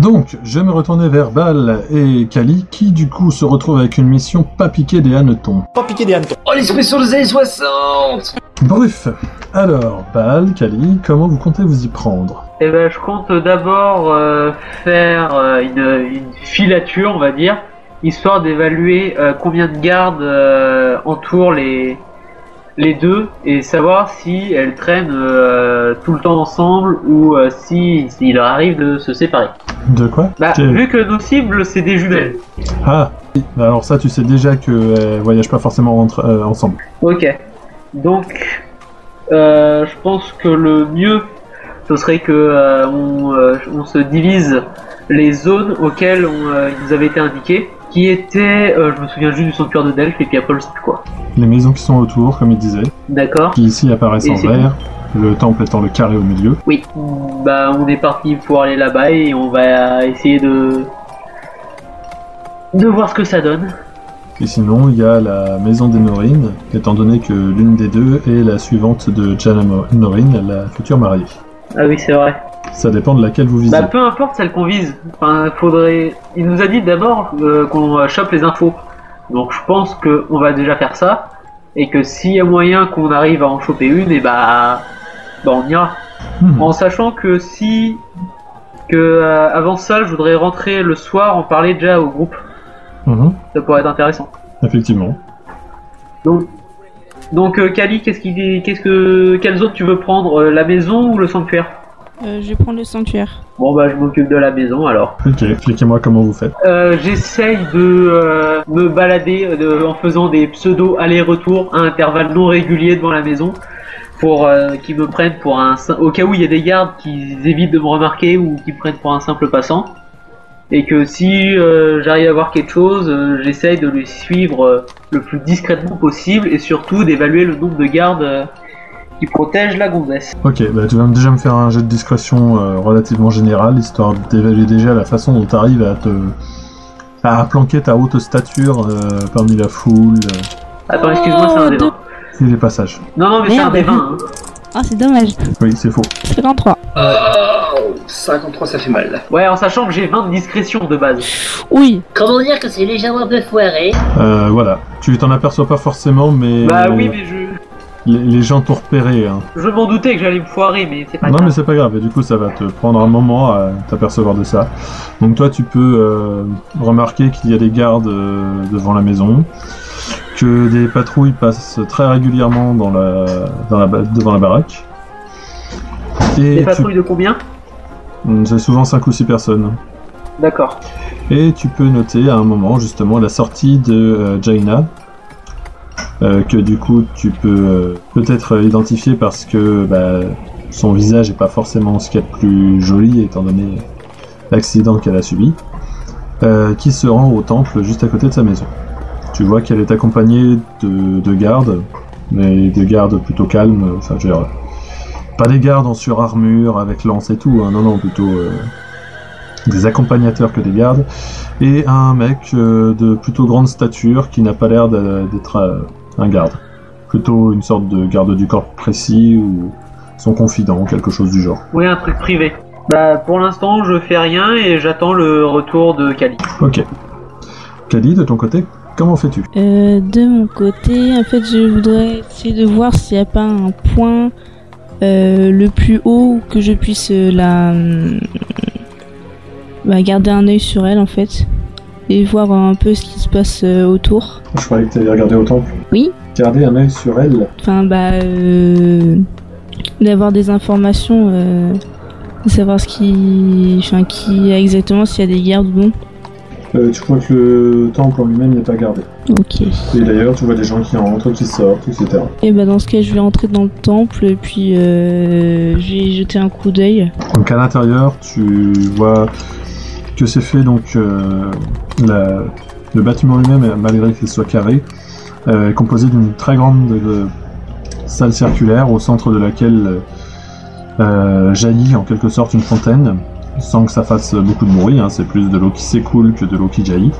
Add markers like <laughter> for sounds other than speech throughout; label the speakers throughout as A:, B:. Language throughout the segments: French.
A: Donc, je me retournais vers Bal et Kali, qui du coup se retrouvent avec une mission pas piquée des hannetons.
B: Pas piquer des hannetons.
C: Oh, les spéciaux des années 60
A: Bref, alors, Bal, Kali, comment vous comptez vous y prendre
D: Eh ben, je compte d'abord euh, faire euh, une, une filature, on va dire, histoire d'évaluer euh, combien de gardes euh, entourent les les deux et savoir si elles traînent euh, tout le temps ensemble ou euh, si il leur arrive de se séparer.
A: De quoi
D: Bah,
A: T'es-
D: vu que nos cibles c'est des jumelles.
A: Ah, oui. alors ça, tu sais déjà qu'elles voyagent pas forcément entre- euh, ensemble.
D: Ok. Donc, euh, je pense que le mieux, ce serait que euh, on, euh, on se divise les zones auxquelles on, euh, il nous avait été indiqué, qui étaient, euh, je me souviens juste du sanctuaire de Delphes et puis Apple, c'est quoi
A: Les maisons qui sont autour, comme il disait,
D: D'accord.
A: qui ici apparaissent
D: Et
A: en
D: c'est
A: vert, le temple étant le carré au milieu.
D: Oui. Bah, on est parti pour aller là-bas et on va essayer de de voir ce que ça donne.
A: Et sinon, il y a la maison des Norines, étant donné que l'une des deux est la suivante de Jana Mo- Norin, la future mariée.
D: Ah oui, c'est vrai.
A: Ça dépend de laquelle vous visez.
D: Bah, peu importe celle qu'on vise. Enfin, faudrait. Il nous a dit d'abord euh, qu'on euh, chope les infos. Donc, je pense qu'on va déjà faire ça. Et que s'il y a moyen qu'on arrive à en choper une, et bah. Bah, on ira.
A: Hmm.
D: En sachant que si. Que euh, avant ça, je voudrais rentrer le soir, en parler déjà au groupe.
A: Mhm.
D: Ça pourrait être intéressant.
A: Effectivement.
D: Donc. Donc, euh, Kali, qu'est-ce qui, qu'est-ce que, quelle zone tu veux prendre, euh, la maison ou le sanctuaire
E: Euh, je vais prendre le sanctuaire.
D: Bon bah, je m'occupe de la maison alors.
A: Ok, expliquez-moi comment vous faites.
D: Euh, j'essaye de euh, me balader euh, de- en faisant des pseudo aller-retour à intervalles non réguliers devant la maison pour euh, qu'ils me prennent pour un sim- au cas où il y a des gardes qui évitent de me remarquer ou qui me prennent pour un simple passant et que si euh, j'arrive à voir quelque chose euh, j'essaye de le suivre euh, le plus discrètement possible et surtout d'évaluer le nombre de gardes euh, qui protègent la gonzesse
A: Ok, bah tu vas déjà me faire un jet de discrétion euh, relativement général, histoire d'évaluer déjà la façon dont tu arrives à te. à planquer ta haute stature euh, parmi la foule euh,
D: attends
E: Oh,
D: excuse-moi c'est un des
E: deux.
D: 20
A: et les passages.
D: non non mais c'est un
E: Merde.
D: des 20 hein.
E: Ah, c'est dommage.
A: Oui, c'est faux.
E: 53.
C: Oh, 53, ça fait mal.
D: ouais en sachant que j'ai 20 de discrétion de base
E: Oui.
F: Comment dire que c'est légèrement un peu foiré hein
A: Euh, voilà. Tu t'en aperçois pas forcément, mais. euh,
D: bah oui mais je
A: les, les gens t'ont repéré. hein.
D: Je m'en doutais que j'allais me foirer, mais c'est pas
A: Non, mais
D: grave.
A: c'est pas grave, et du coup, ça va te prendre un moment à t'apercevoir de ça. Donc, toi, tu peux euh, remarquer qu'il y a des gardes euh, devant la maison, que des patrouilles passent très régulièrement dans la, dans la, ba- devant la baraque.
D: Des
A: Et tu-
D: patrouilles de combien
A: Hmm, c'est souvent 5 ou 6 personnes.
D: D'accord.
A: Et tu peux noter à un moment, justement, la sortie de euh, Jaina. euh, que du coup tu peux euh, peut-être identifier parce que bah, son visage est pas forcément ce qu'il y a de plus joli étant donné l'accident qu'elle a subi, euh, qui se rend au temple juste à côté de sa maison. Tu vois qu'elle est accompagnée de, de gardes, mais de gardes plutôt calmes, enfin je veux dire, pas des gardes en surarmure avec lance et tout, hein, non non plutôt euh, des accompagnateurs que des gardes, et un mec euh, de plutôt grande stature qui n'a pas l'air d'a- d'être euh, un garde, plutôt une sorte de garde du corps précis ou son confident, quelque chose du genre.
D: Oui, un truc privé. Bah, pour l'instant, je fais rien et j'attends le retour de Kali.
A: Ok. Kali, de ton côté, comment fais-tu
E: Euh, de mon côté, en fait, je voudrais essayer de voir s'il n'y a pas un point euh, le plus haut que je puisse euh, la hum, bah, garder un œil sur elle, en fait, et voir un peu ce qui se passe euh, autour.
A: Je parlais que tu allais regarder au temple.
E: Oui.
A: Garder un œil sur elle.
E: Enfin, bah, euh, d'avoir des informations, euh, de savoir ce qui, enfin, qui a exactement, s'il y a des gardes ou non.
A: Euh, tu crois que le temple en lui-même n'est pas gardé.
E: Ok.
A: Et d'ailleurs, tu vois des gens qui entrent, qui sortent, etc.
E: Et bah, dans ce cas, je vais entrer dans le temple et puis euh, je vais jeter un coup d'œil.
A: Donc à l'intérieur, tu vois que c'est fait donc euh, la- le bâtiment lui-même, malgré qu'il soit carré, euh, est composé d'une très grande euh, salle circulaire au centre de laquelle euh, jaillit en quelque sorte une fontaine, sans que ça fasse beaucoup de bruit. hein, c'est plus de l'eau qui s'écoule que de l'eau qui jaillit.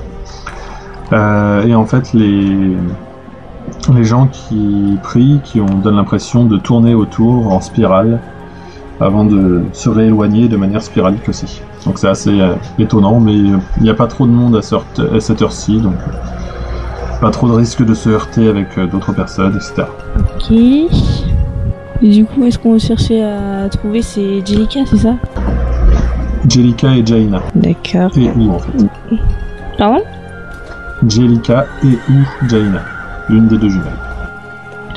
A: Euh, et en fait, les les gens qui prient, qui ont donnent l'impression de tourner autour en spirale avant de se rééloigner de manière spiralique aussi. Donc c'est assez euh, étonnant, mais euh, il n'y a pas trop de monde à, sorte- à cette heure-ci, donc euh, pas trop de risque de se heurter avec euh, d'autres personnes, etc.
E: Ok. Et du coup, est-ce qu'on cherchait à trouver C'est Jellica, c'est ça
A: Jellica et Jaina.
E: D'accord.
A: Et où en fait
E: Pardon
A: Jellica et ou Jaina. L'une des deux jumelles.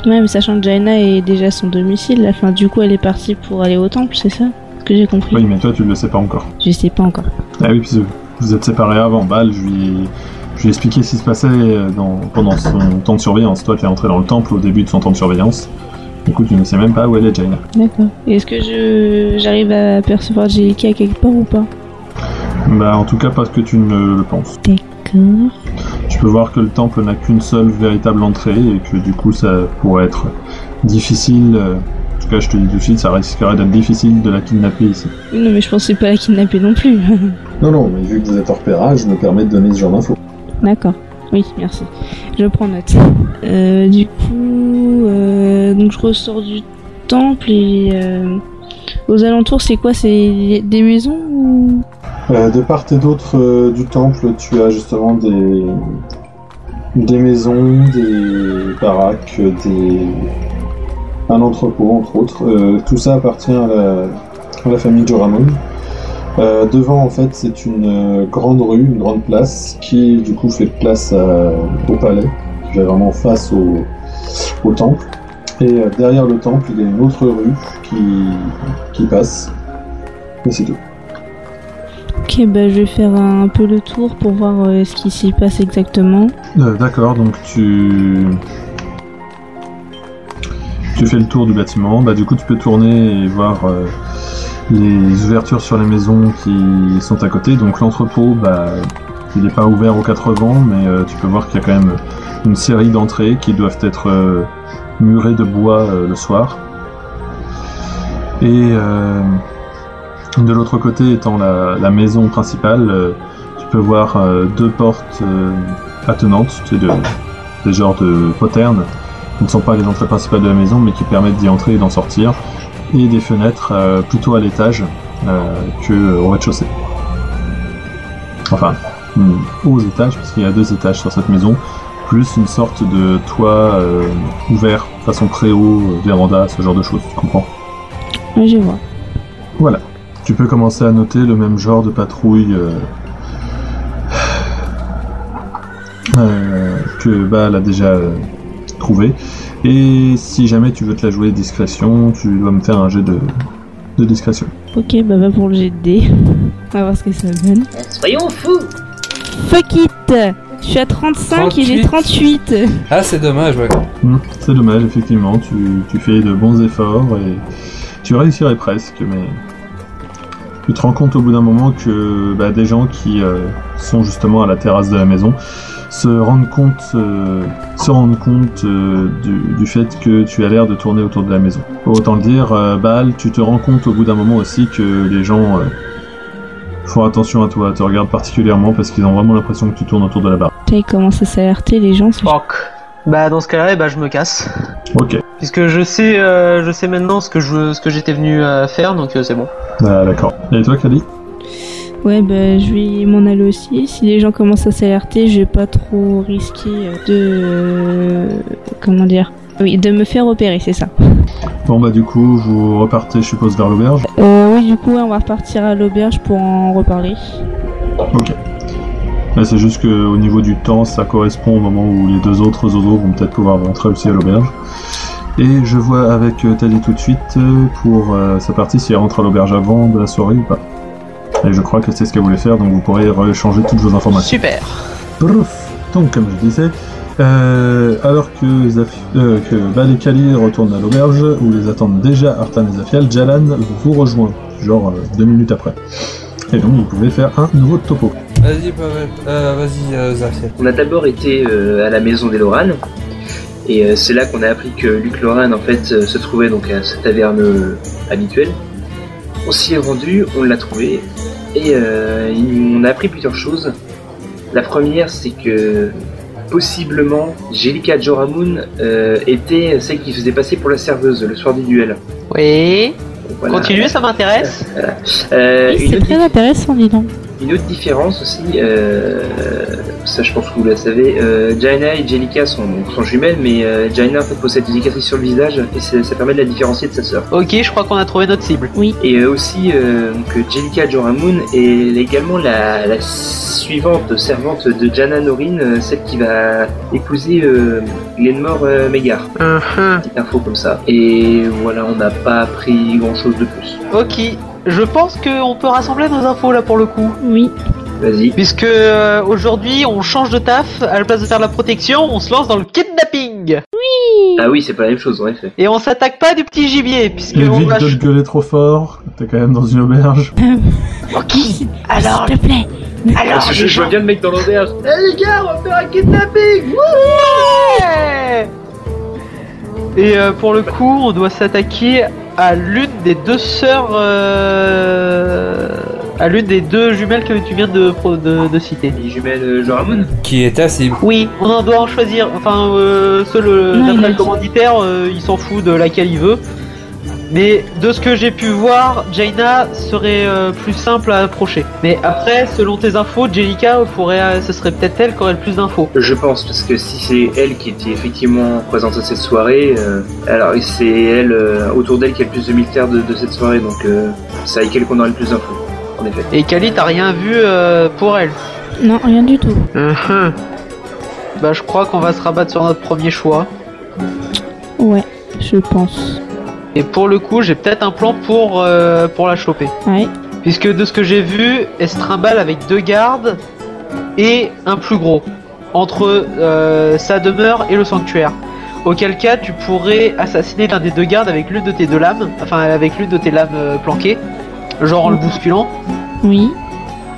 E: Ouais, mais sachant que Jaina est déjà à son domicile, là, fin, du coup, elle est partie pour aller au temple, c'est ça Ce que j'ai compris.
A: Oui, mais toi tu ne le sais pas encore.
E: Je sais pas encore.
A: Ah oui, puis vous êtes séparés avant. Bâle, je lui ai, je lui ai expliqué ce qui se passait euh, dans- pendant son temps de surveillance. Toi, t'es entré dans le temple au début de son temps de surveillance. Du coup, tu ne sais même pas où elle est, Jaina.
E: D'accord. Et Est-ce que je j'arrive à percevoir Jellica quelque part ou pas
A: Bah, en tout cas, parce que tu ne le penses.
E: D'accord.
A: Tu peux voir que le temple n'a qu'une seule véritable entrée et que du coup, ça pourrait être difficile. euh, En tout cas, je te dis tout de suite, ça risquerait d'être difficile de la kidnapper ici.
E: Oui, Non, mais je pensais pas la kidnapper non plus.
A: Non, non, mais vu que vous êtes en repérage, je me permets de donner ce genre d'infos.
E: D'accord. Oui, merci. Je prends note. Euh, du coup, euh, donc je ressors du temple et euh, aux alentours, c'est quoi C'est des maisons ou
A: Euh, de part et d'autre euh, du temple, tu as justement des, des maisons, des baraques, des... un entrepôt entre autres. Euh, tout ça appartient à la, à la famille Joramon. Euh, devant en fait c'est une euh, grande rue, une grande place qui du coup fait place à- au palais, qui est vraiment face au, au temple. Et euh, derrière le temple il y a une autre rue qui, qui passe. Et c'est tout.
E: Ok, bah je vais faire un peu le tour pour voir euh, ce qui s'y passe exactement.
A: Euh, D'accord, donc tu... Tu fais le tour du bâtiment, bah du coup tu peux tourner et voir euh, les ouvertures sur les maisons qui sont à côté. Donc l'entrepôt, bah, il n'est pas ouvert aux quatre vents, mais euh, tu peux voir qu'il y a quand même une série d'entrées qui doivent être euh, murées de bois euh, le soir. Et euh, de l'autre côté étant la, la maison principale, euh, tu peux voir euh, deux portes. euh, attenantes, tu sais, de, des genres de poternes, qui ne sont pas les entrées principales de la maison, mais qui permettent d'y entrer et d'en sortir, et des fenêtres euh, plutôt à l'étage euh, que euh, au rez-de-chaussée. Enfin, hmm, aux étages, puisqu'il y a deux étages sur cette maison, plus une sorte de toit euh, ouvert, façon préau, euh, véranda, ce genre de choses, tu comprends
E: Ouais, je vois.
A: voilà. Tu peux commencer à noter le même genre de patrouille euh, euh, que Baal a déjà euh, trouvé. Et si jamais tu veux te la jouer discrétion, tu dois me faire un jet de, de discrétion.
E: Ok, bah va pour le jet de dés. <laughs> On va voir ce que ça donne.
F: Soyons fous
E: Fuck it Je suis à 35 et j'ai 38
G: Ah, c'est dommage, ouais.
A: Hmm, C'est dommage, effectivement, tu, tu fais de bons efforts et tu réussirais presque, mais tu te rends compte au bout d'un moment que bah, des gens qui euh, sont justement à la terrasse de la maison se rendent compte, euh, se rendent compte euh, du, du fait que tu as l'air de tourner autour de la maison. Autant le dire, euh, Baal, tu te rends compte au bout d'un moment aussi que les gens euh, font attention à toi, te regardent particulièrement parce qu'ils ont vraiment l'impression que tu tournes autour de la barre.
E: Putain, ils commencent à s'alerter les gens. c'est-
H: Fuck. Bah dans ce cas-là, eh ben, je me casse.
A: Ok,
H: Puisque je sais, euh, je sais maintenant ce que je, ce que j'étais venu euh, faire, donc euh, c'est bon.
A: Ah, d'accord. Et toi, Kali
E: Ouais, bah je vais m'en aller aussi. Si les gens commencent à s'alerter, je vais pas trop risquer euh, de... euh, comment dire Oui, de me faire opérer, c'est ça.
A: Bon bah du coup vous repartez je suppose vers l'auberge.
E: Euh, oui, du coup, on va repartir à l'auberge pour en reparler.
A: Là c'est juste que au niveau du temps ça correspond au moment où les deux autres zozos vont peut-être pouvoir rentrer aussi à l'auberge. Et je vois avec euh, Teddy tout de suite euh, pour euh, sa partie si elle rentre à l'auberge avant de la soirée ou pas. Et je crois que c'est ce qu'elle voulait faire donc vous pourrez changer toutes vos informations.
H: Super.
A: Bref, donc comme je disais, euh, alors que, Zaf euh, que Val et Kali retournent à l'auberge, où les attendent déjà Artan et Zafiel, Jalan vous rejoint, genre euh, deux minutes après. Et donc vous pouvez faire un nouveau topo.
G: Vas-y, Pavel. Euh, vas-y, euh, Zafiel.
C: On a d'abord été euh, à la maison des Loran, et euh, c'est là qu'on a appris que Luc Loran en fait euh, se trouvait donc à sa taverne euh, habituelle. On s'y est rendu, on l'a trouvé, et euh, il- on a appris plusieurs choses. La première, c'est que possiblement Jelika Joramoun euh, était celle qui faisait passer pour la serveuse le soir du duel.
H: Oui.
C: Voilà.
D: Continuez, ça m'intéresse.
C: Euh,
E: Oui,
C: une,
E: c'est
C: autre,
E: très intéressant, dis donc.
C: une autre différence aussi, euh, ça je pense que vous la savez, euh, Jaina et Jellica sont, donc, sont jumelles, mais euh, Jaina en fait, possède une cicatrice sur le visage et ça, ça permet de la différencier de sa sœur.
D: Ok, je crois qu'on a trouvé notre cible.
C: Et euh, aussi, euh, donc, Jellica Joramoon est également la, la suivante servante de Jana Norin, euh, celle qui va épouser euh, Glenmore euh, Megar. Petite info comme ça. Et voilà, on n'a pas appris grand chose de plus.
D: Ok, je pense qu'on peut rassembler nos infos là pour le coup.
E: Oui,
C: Vas-y.
D: Puisque euh, aujourd'hui on change de taf, à la place de faire la protection, on se lance dans le kidnapping.
C: Ah oui, c'est pas la même chose en effet.
D: Et on s'attaque pas du petit gibier, puisque on
A: Évite de
D: lâche...
A: le gueuler trop fort, t'es quand même dans une auberge.
D: Oh, qui Alors,
E: <laughs> s'il te plaît.
D: alors,
C: je,
D: les
C: je vois
D: gens-
C: bien le mec dans l'auberge. Eh les gars, on va faire un kidnapping
D: Ouais Et euh, pour le coup, on doit s'attaquer à l'une des deux sœurs, euh, à l'une des deux jumelles que tu viens de, pro- de, de citer.
C: Les jumelles euh, Joramoon
G: Qui est ta cible
D: Oui, on en doit en choisir. Enfin, euh, seul euh,
E: Non, il
D: d'après
E: a
D: le
E: dit.
D: commanditaire, euh, il s'en fout de laquelle il veut. Mais de ce que j'ai pu voir, Jaina serait euh, plus simple à approcher. Mais après, selon tes infos, Jellica pourrait, euh, ce serait peut-être elle qui aurait le plus d'infos.
C: Je pense, parce que si c'est elle qui était effectivement présente à cette soirée, euh, alors c'est elle, euh, autour d'elle qu'il y a le plus de militaires de, de cette soirée, donc euh, c'est avec elle qu'on aura le plus d'infos, en effet.
D: Et Kali, t'as rien vu euh, pour elle.
E: Non, rien du tout.
D: Bah, je crois qu'on va se rabattre sur notre premier choix.
E: Ouais, je pense.
D: Et pour le coup, j'ai peut-être un plan pour euh, pour la choper.
E: Ouais.
D: Puisque de ce que j'ai vu, elle se trimballe avec deux gardes et un plus gros. Entre euh, sa demeure et le sanctuaire. Auquel cas, tu pourrais assassiner l'un des deux gardes avec l'une de tes deux lames. Enfin, avec l'une de tes lames euh, planquées. Genre en le bousculant.
E: Oui.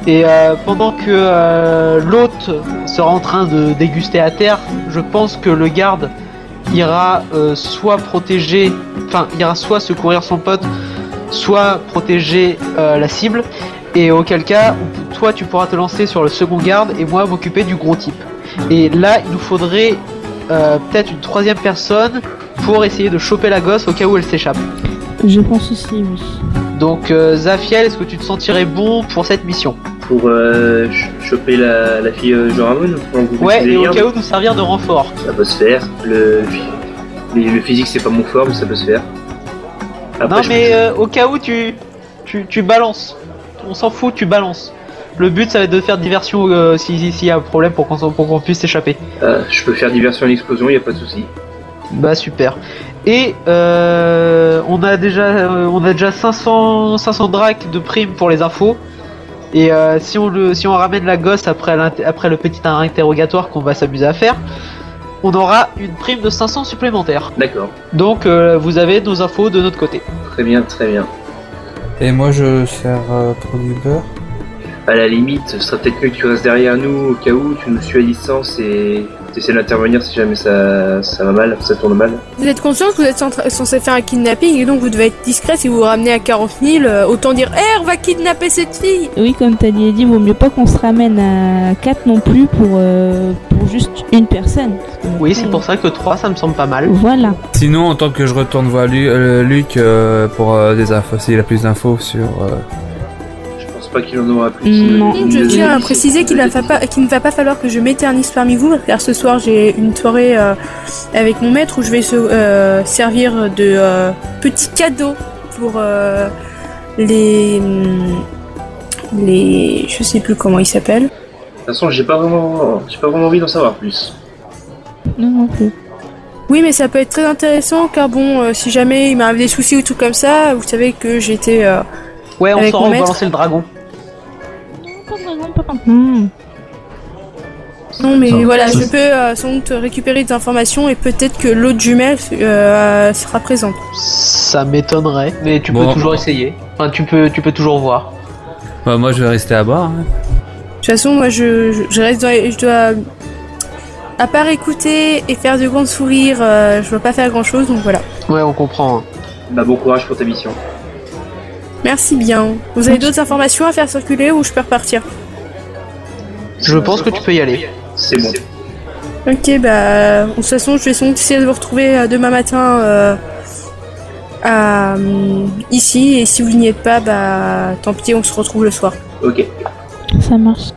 D: Et euh, pendant que euh, l'hôte sera en train de déguster à terre, je pense que le garde ira euh, soit protéger, enfin ira soit secourir son pote, soit protéger euh, la cible. Et auquel cas, toi tu pourras te lancer sur le second garde et moi m'occuper du gros type. Et là, il nous faudrait euh, peut-être une troisième personne pour essayer de choper la gosse au cas où elle s'échappe.
E: Je pense aussi, oui.
D: Donc euh, Zafiel, est-ce que tu te sentirais bon pour cette mission
C: Pour euh, ch- choper la, la fille euh, Joramoon, pour vous utiliser
D: Ouais, et
C: les
D: au
C: liens,
D: cas où nous servir de renfort.
C: ça peut se faire. Le, le, le physique, c'est pas mon fort, mais ça peut se faire. Après,
D: Non
C: je-
D: mais euh, au cas où tu, tu, tu balances. On s'en fout, tu balances. Le but ça va être de faire diversion euh, si- si- s'il y a un problème pour qu'on s'en- pour qu'on puisse s'échapper.
C: euh, je peux faire diversion et explosion, y a pas de souci.
D: Bah super. Et euh, on a déjà euh, on a déjà 500 500 dracs de primes pour les infos. Et euh, si on le si on ramène la gosse après l'inter- après le petit interrogatoire qu'on va s'amuser à faire, on aura une prime de 500 supplémentaires.
C: D'accord,
D: Donc euh, vous avez nos infos de notre côté.
C: très bien, très bien.
G: Et moi je sers euh, pour du beurre.
C: À la limite, ce serait peut-être mieux que tu restes derrière nous au cas où tu nous suis à distance et t'essaies d'intervenir si jamais ça, ça va mal, ça tourne mal.
I: Vous êtes conscient que vous êtes centra- censé faire un kidnapping et donc vous devez être discret si vous vous ramenez à 40 000. euh, Autant dire, hé, on va kidnapper cette fille
E: Oui, comme t'as dit, Eddie, vaut mieux pas qu'on se ramène à 4 non plus pour, euh, pour juste une personne. Parce que
D: Oui,
E: après,
D: c'est pour ça que 3 ça me semble pas mal.
E: Voilà.
G: Sinon, en tant que je retourne voir Lu- euh, Luc euh, pour euh, des infos, s'il a plus d'infos sur. euh,
C: Je pense pas qu'il en aura plus.
E: Non.
C: Une
I: Je
C: deuxième
I: tiens à
C: édition,
I: préciser qu'il
C: une
I: ne va
C: deuxième
I: pas, qu'il ne va pas falloir que je m'éternise parmi vous, car ce soir j'ai une soirée euh, avec mon maître où je vais se, euh, servir de euh, petit cadeau pour euh, les. hmm, les. je sais plus comment ils s'appellent.
C: édition. De toute façon, j'ai pas vraiment, j'ai pas vraiment envie d'en savoir plus.
E: Non, non plus.
I: Oui, mais ça peut être très intéressant, car bon, euh, si jamais il m'arrive des soucis ou tout comme ça, vous savez que j'étais. euh,
D: Ouais, on
I: Avec
D: sort,
I: mon
D: on va
I: maître.
D: lancer le dragon.
E: Pas de raison, pas de- Hmm.
I: Non, mais
A: Ça-
I: voilà,
A: ça-
I: je peux euh, sans doute récupérer des informations et peut-être que l'autre jumelle euh, sera présente.
D: Ça m'étonnerait, mais tu
G: Bon,
D: peux
G: on-
D: toujours essayer. Enfin, tu peux, tu peux toujours voir.
G: Bah, moi je vais rester à bord. hein.
I: De toute façon, moi, je, je, je reste dans les- Je dois. À part écouter et faire de grands sourires, euh, je dois pas faire grand chose, donc voilà.
D: Ouais, on comprend.
C: Bah bon courage pour ta mission.
I: Merci bien. Vous avez d'autres informations à faire circuler ou je peux repartir
D: Je pense que tu peux y aller.
C: C'est bon.
I: Ok, bah. De toute façon, je vais sans doute essayer de vous retrouver euh, demain matin euh, à, euh, ici et si vous n'y êtes pas, bah tant pis, on se retrouve le soir.
C: Ok.
E: Ça marche.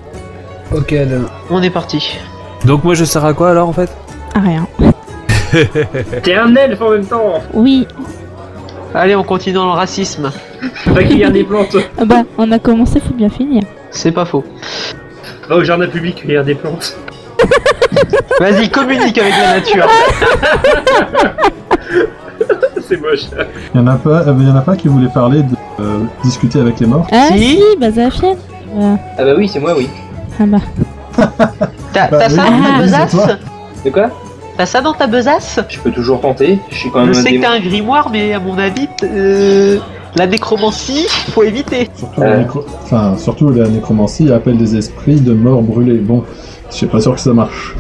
G: Ok, Adam.
D: On est parti.
G: Donc moi je sers à quoi alors en fait
E: Ah, rien.
C: T'es un elfe en même temps
E: Oui.
D: Allez, on continue dans le racisme.
C: Pas qu'il y a des plantes
E: Ah bah, on a commencé, faut bien finir.
D: C'est pas faux.
C: Va au jardin public, il y a des plantes. <laughs>
D: <laughs> Vas-y, communique avec la nature.
C: C'est moche.
A: Il y en a pas, euh, il y en a pas qui voulait parler de euh, discuter avec les morts.
E: Ah
D: Si.
E: si, bah Zafiel. Bah,
C: Ah bah oui, c'est moi, oui.
E: ah bah.
D: T'as
A: Bah
D: t'as
A: oui,
D: ça dans ta
E: oui,
A: c'est toi.
D: besace
C: De quoi
D: T'as ça dans ta besace
C: Je peux toujours tenter. Je suis quand
D: Je
C: même un
D: sais que
C: démon.
D: t'as un grimoire, mais à mon avis, t- euh, la nécromancie, faut éviter.
A: Surtout,
C: Euh.
A: la nécro- enfin, surtout la nécromancie appelle des esprits de morts brûlés. Bon, je suis pas sûr que ça marche.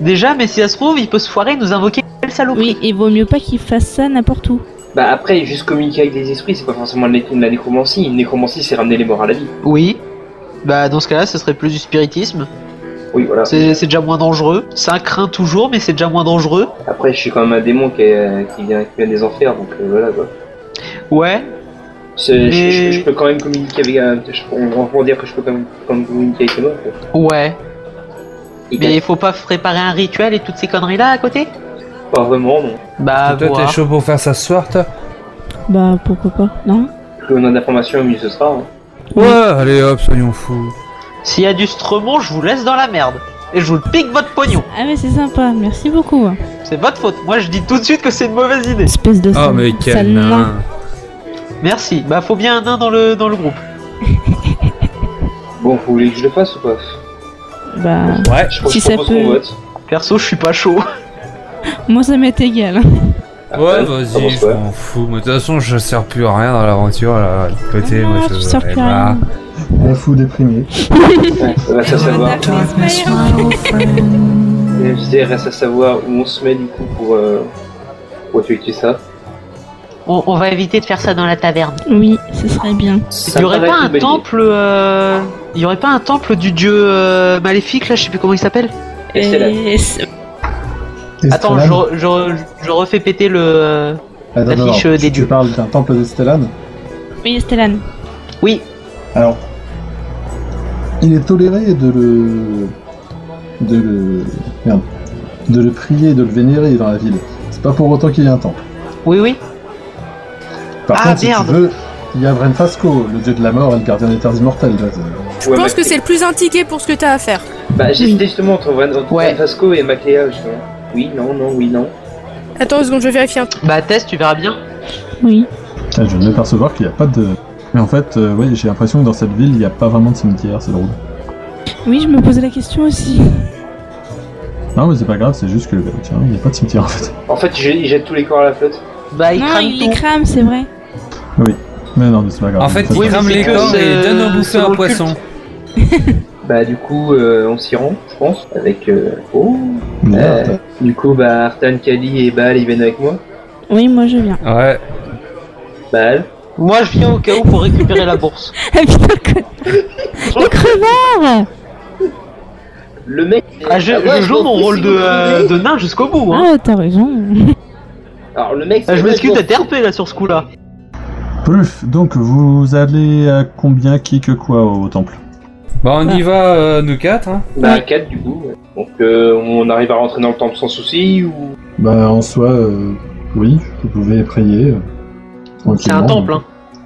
D: Déjà, mais si ça se trouve, il peut se foirer et nous invoquer le saloperie.
E: Oui, il vaut mieux pas qu'il fasse ça n'importe où.
C: Bah après, juste communiquer avec les esprits, c'est pas forcément de la de la nécromancie. Une nécromancie, c'est ramener les morts à la vie.
D: Oui. Bah, dans ce cas-là, ce serait plus du spiritisme.
C: Oui, voilà.
D: C'est c'est déjà moins dangereux. Ça craint toujours, mais c'est déjà moins dangereux.
C: Après, je suis quand même un démon qui, est- qui vient, qui vient des enfers, donc euh, voilà quoi.
D: Ouais.
C: C'est- je-
D: Mais-
C: Je, je peux quand même communiquer avec un. je- on va dire que je peux quand même, quand même communiquer avec les morts. quoi.
D: Ouais.
C: Et
D: Mais faut pas préparer un rituel et toutes ces conneries-là à côté
C: Pas vraiment, non.
D: Bah,
G: toi t'es
D: voir.
G: chaud pour faire ça ce soir toi
E: Bah, pourquoi pas, non
C: Plus on a d'informations, mieux ce sera. hein.
G: Ouais, allez hop, soyons fous.
D: S'il y a du stromon, je vous laisse dans la merde. Et je vous le pique votre pognon.
E: Ah mais c'est sympa, merci beaucoup. hein.
D: C'est votre faute. Moi, je dis tout de suite que c'est une mauvaise idée.
E: Espèce de
G: Oh
E: sale-
G: mais
E: sale
G: quel
E: nain.
G: nain
D: Merci. Bah, faut bien un nain dans le, dans le groupe.
C: Bon, vous voulez que je le fasse ou pas
E: Bah,
G: Ouais.
C: Je, pense-
E: Si
C: je
E: ça
C: propose
E: peut-
C: qu'on vote.
D: Perso, je suis pas chaud.
E: moi ça m'est égal. Ah,
G: Ouais,
C: ça
G: vas-y,
C: marche
G: je
C: pas.
G: m'en fous. Mais de toute façon, je sers plus à rien dans l'aventure, là, de côté.
E: Ah,
G: moi,
E: tu sers
G: eh
E: plus
G: bah,
E: à rien.
A: Un fou déprimé.
C: Ouais, reste à savoir.
J: Darkness,
E: Ah,
J: my old friend.
C: Je disais, reste à savoir où on se met du coup pour, euh, pour effectuer ça.
D: <laughs> On, on va éviter de faire ça dans la taverne.
E: Oui, ce serait bien.
D: Il
C: Ça
D: y
C: me
D: aurait
C: paraît
D: pas
C: être
D: un
C: une bonne idée.
D: temple. euh, Il y aurait pas un temple du dieu euh, maléfique là, je sais plus comment il s'appelle.
C: Et c'est là.
E: Et c'est-
D: Attends,
A: Estelan.
D: je, re- je, re- je refais péter le. euh,
A: Attends,
D: la
A: attends,
D: fiche,
A: tu-
D: euh, des
A: tu,
D: dieux.
A: parles d'un temple d'Estelan.
E: Oui, Stellan.
D: Oui,
A: Alors, il est toléré de le, de le, merde, de le prier, de le vénérer dans la ville. C'est pas pour autant qu'il y ait un temple.
D: oui, oui.
A: Par
D: Ah,
A: contre,
D: merde.
A: si tu veux, il y a Vrenfasco, le dieu de la mort et le gardien des terres immortelles. là, c'est-
I: Je pense que c'est le plus indiqué pour ce que t'as à faire.
C: Bah, j'hésitais justement entre Van entre
D: Ouais.
C: Van Fasco et Makea, justement. Oui, non, non, oui, non.
I: Attends une seconde, je vais vérifier un truc.
D: Bah, test, tu verras bien.
E: Oui.
A: Putain, Ah, je viens de percevoir qu'il n'y a pas de. Mais en fait, euh, ouais, j'ai l'impression que dans cette ville, il n'y a pas vraiment de cimetière, c'est drôle.
E: Oui, je me posais la question aussi.
A: Non, mais c'est pas grave, c'est juste que. bah, Tiens, il n'y a pas de cimetière en fait. <laughs>
C: En fait, je- ils jettent tous les corps à la flotte.
D: Bah, il
E: non,
D: crame
E: il
D: tout.
E: les crame, c'est vrai.
A: Mais non, mais c'est pas grave.
G: En fait,
A: Ça,
G: il
D: Oui,
A: ça-
G: crame
D: mais c'est
G: les
D: que
G: corps et
D: c'est-
G: il donne à bouffer
D: c'est dans
G: un
D: le culte.
G: poisson.
C: Bah, du coup, euh, on s'y rend, je pense, avec. euh, Oh
A: Merde.
C: Euh, Du coup, bah, Artan, Kali et Baal, ils viennent avec moi.
E: Oui, moi je viens. <laughs>
G: Ouais.
C: Baal.
D: Moi, je viens au cas où pour récupérer la bourse.
E: Ah putain, connard. Le crevard
C: Le mec.
D: <laughs> Ah, je,
C: ouais,
D: je joue
C: m'en
D: mon
C: fous,
D: rôle
C: si
D: de,
C: vous
D: euh,
C: voulez.
D: de nain jusqu'au bout. Hein.
E: Ah, t'as raison.
C: Alors, le mec.
D: Ah,
C: c'est
D: je
C: vrai,
D: m'excuse
C: m'en
D: d'être RP là sur ce coup là.
A: Pluf, donc vous allez à combien, qui que quoi au temple
G: Bah, on
D: Ah.
G: y va, euh, nous quatre. Hein.
C: fous. Bah, 4 du coup. ouais. Donc, euh, on arrive à rentrer dans le temple sans souci ou.
A: Bah en soi, euh, oui, vous pouvez prier. euh,
D: C'est un
A: tranquillement.
D: temple. Hein.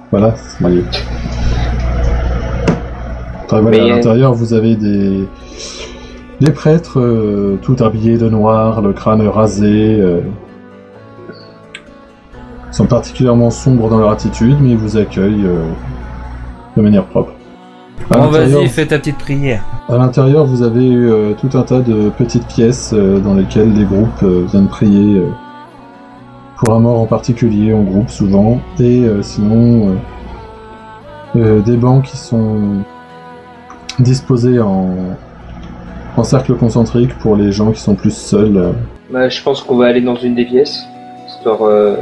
A: Voilà. c'est- Enfin, voilà,
C: Mais,
A: à
C: euh,
A: l'intérieur, vous avez des des prêtres, euh, tout habillés de noir, le crâne rasé. euh, Ils sont particulièrement sombres dans leur attitude, mais ils vous accueillent euh, de manière propre. À
G: Bon,
A: l'intérieur,
G: vas-y, fais ta petite prière.
A: à l'intérieur, vous avez euh, tout un tas de petites pièces euh, dans lesquelles des groupes euh, viennent prier euh, pour un mort en particulier, en groupe souvent, et euh, sinon euh, euh, des bancs qui sont disposés en, en cercle concentrique pour les gens qui sont plus seuls. euh.
C: Bah, je pense qu'on va aller dans une des pièces. Histoire. Euh...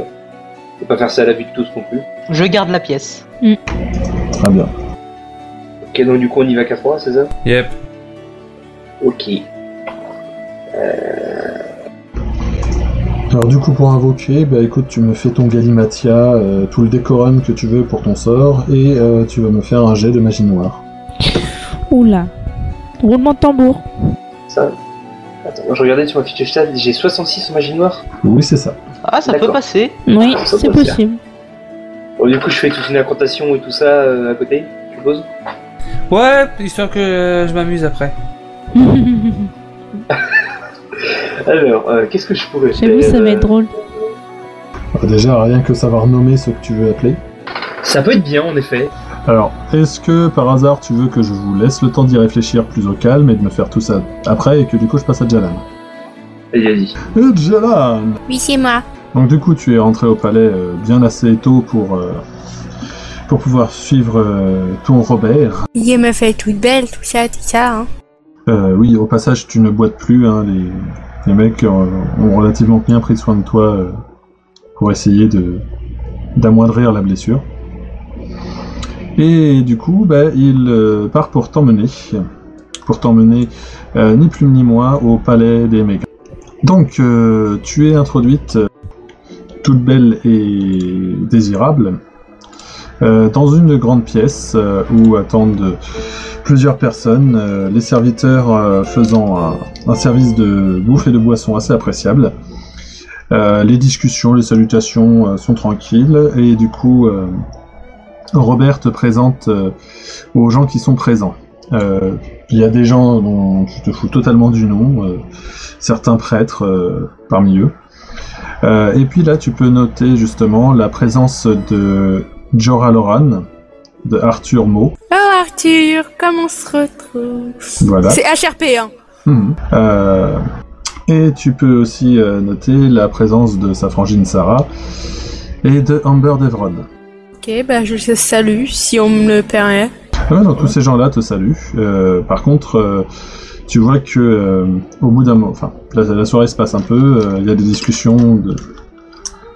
C: De pas faire ça à la vue de tous non plus.
D: Je garde la pièce.
A: Très bien.
C: Ok, donc, du coup, on y va qu'à 3, c'est ça
G: Yep.
C: Ok.
A: Alors du coup pour invoquer, bah écoute, tu me fais ton galimatia, euh, tout le décorum que tu veux pour ton sort, et euh, tu vas me faire un jet de magie noire.
E: Oula. Roulement de tambour.
C: Ça. Attends, je regardais sur ma fiche de stade, j'ai 66 en magie noire.
A: Oui c'est ça.
D: Ah, ça peut
C: D'accord.
D: passer.
E: Oui,
C: Ah, Ça
E: c'est
C: peut le faire.
E: possible.
C: Bon, du coup, je fais toute une incantation et tout ça euh, à côté, je suppose.
G: Ouais, histoire que euh, je m'amuse après.
C: Alors, euh, qu'est-ce que je pourrais faire
E: <laughs> J'avoue, ça va être
C: euh,
E: drôle.
A: Alors, Bah, déjà rien que savoir nommer ce que tu veux appeler.
C: Ça peut être bien, en effet.
A: Alors, est-ce que par hasard tu veux que je vous laisse le temps d'y réfléchir plus au calme et de me faire tout ça après et que du coup je passe à Jalan
C: Vas-y, vas-y.
A: Et Jalan
I: Oui, c'est moi.
A: Donc du coup, tu es rentré au palais euh, bien assez tôt pour, euh, pour pouvoir suivre euh, ton Robert.
I: Il m'a fait toute belle, tout ça, tout ça. Hein.
A: Euh, oui, au passage, tu ne boites plus. hein, les, les mecs euh, ont relativement bien pris soin de toi euh, pour essayer de d'amoindrir la blessure. Et du coup, bah, il euh, part pour t'emmener. Pour t'emmener, euh, ni plus ni moins, au palais des mégas. Donc, euh, tu es introduite, euh, toute belle et désirable, euh, dans une grande pièce euh, où attendent plusieurs personnes, euh, les serviteurs euh, faisant un, un service de bouffe et de boisson assez appréciable. Euh, les discussions, les salutations euh, sont tranquilles et du coup, euh, Robert te présente euh, aux gens qui sont présents. Euh, Il y a des gens dont tu te fous totalement du nom, euh, certains prêtres euh, parmi eux. Euh, et puis là, tu peux noter justement la présence de Jorah Loran, de Arthur Mo.
I: Oh, Arthur, comment on se retrouve
A: Voilà.
I: C'est HRP, hein.
A: Mhm. Euh, et tu peux aussi euh, noter la présence de sa frangine Sarah et de Amber Devron.
I: Ok, bah je le salue, si on me le permet.
A: Ouais, donc tous ces gens-là te saluent. Euh, par contre, euh, tu vois que euh, au bout d'un moment, enfin, la, la soirée se passe un peu. euh, Il y a des discussions de,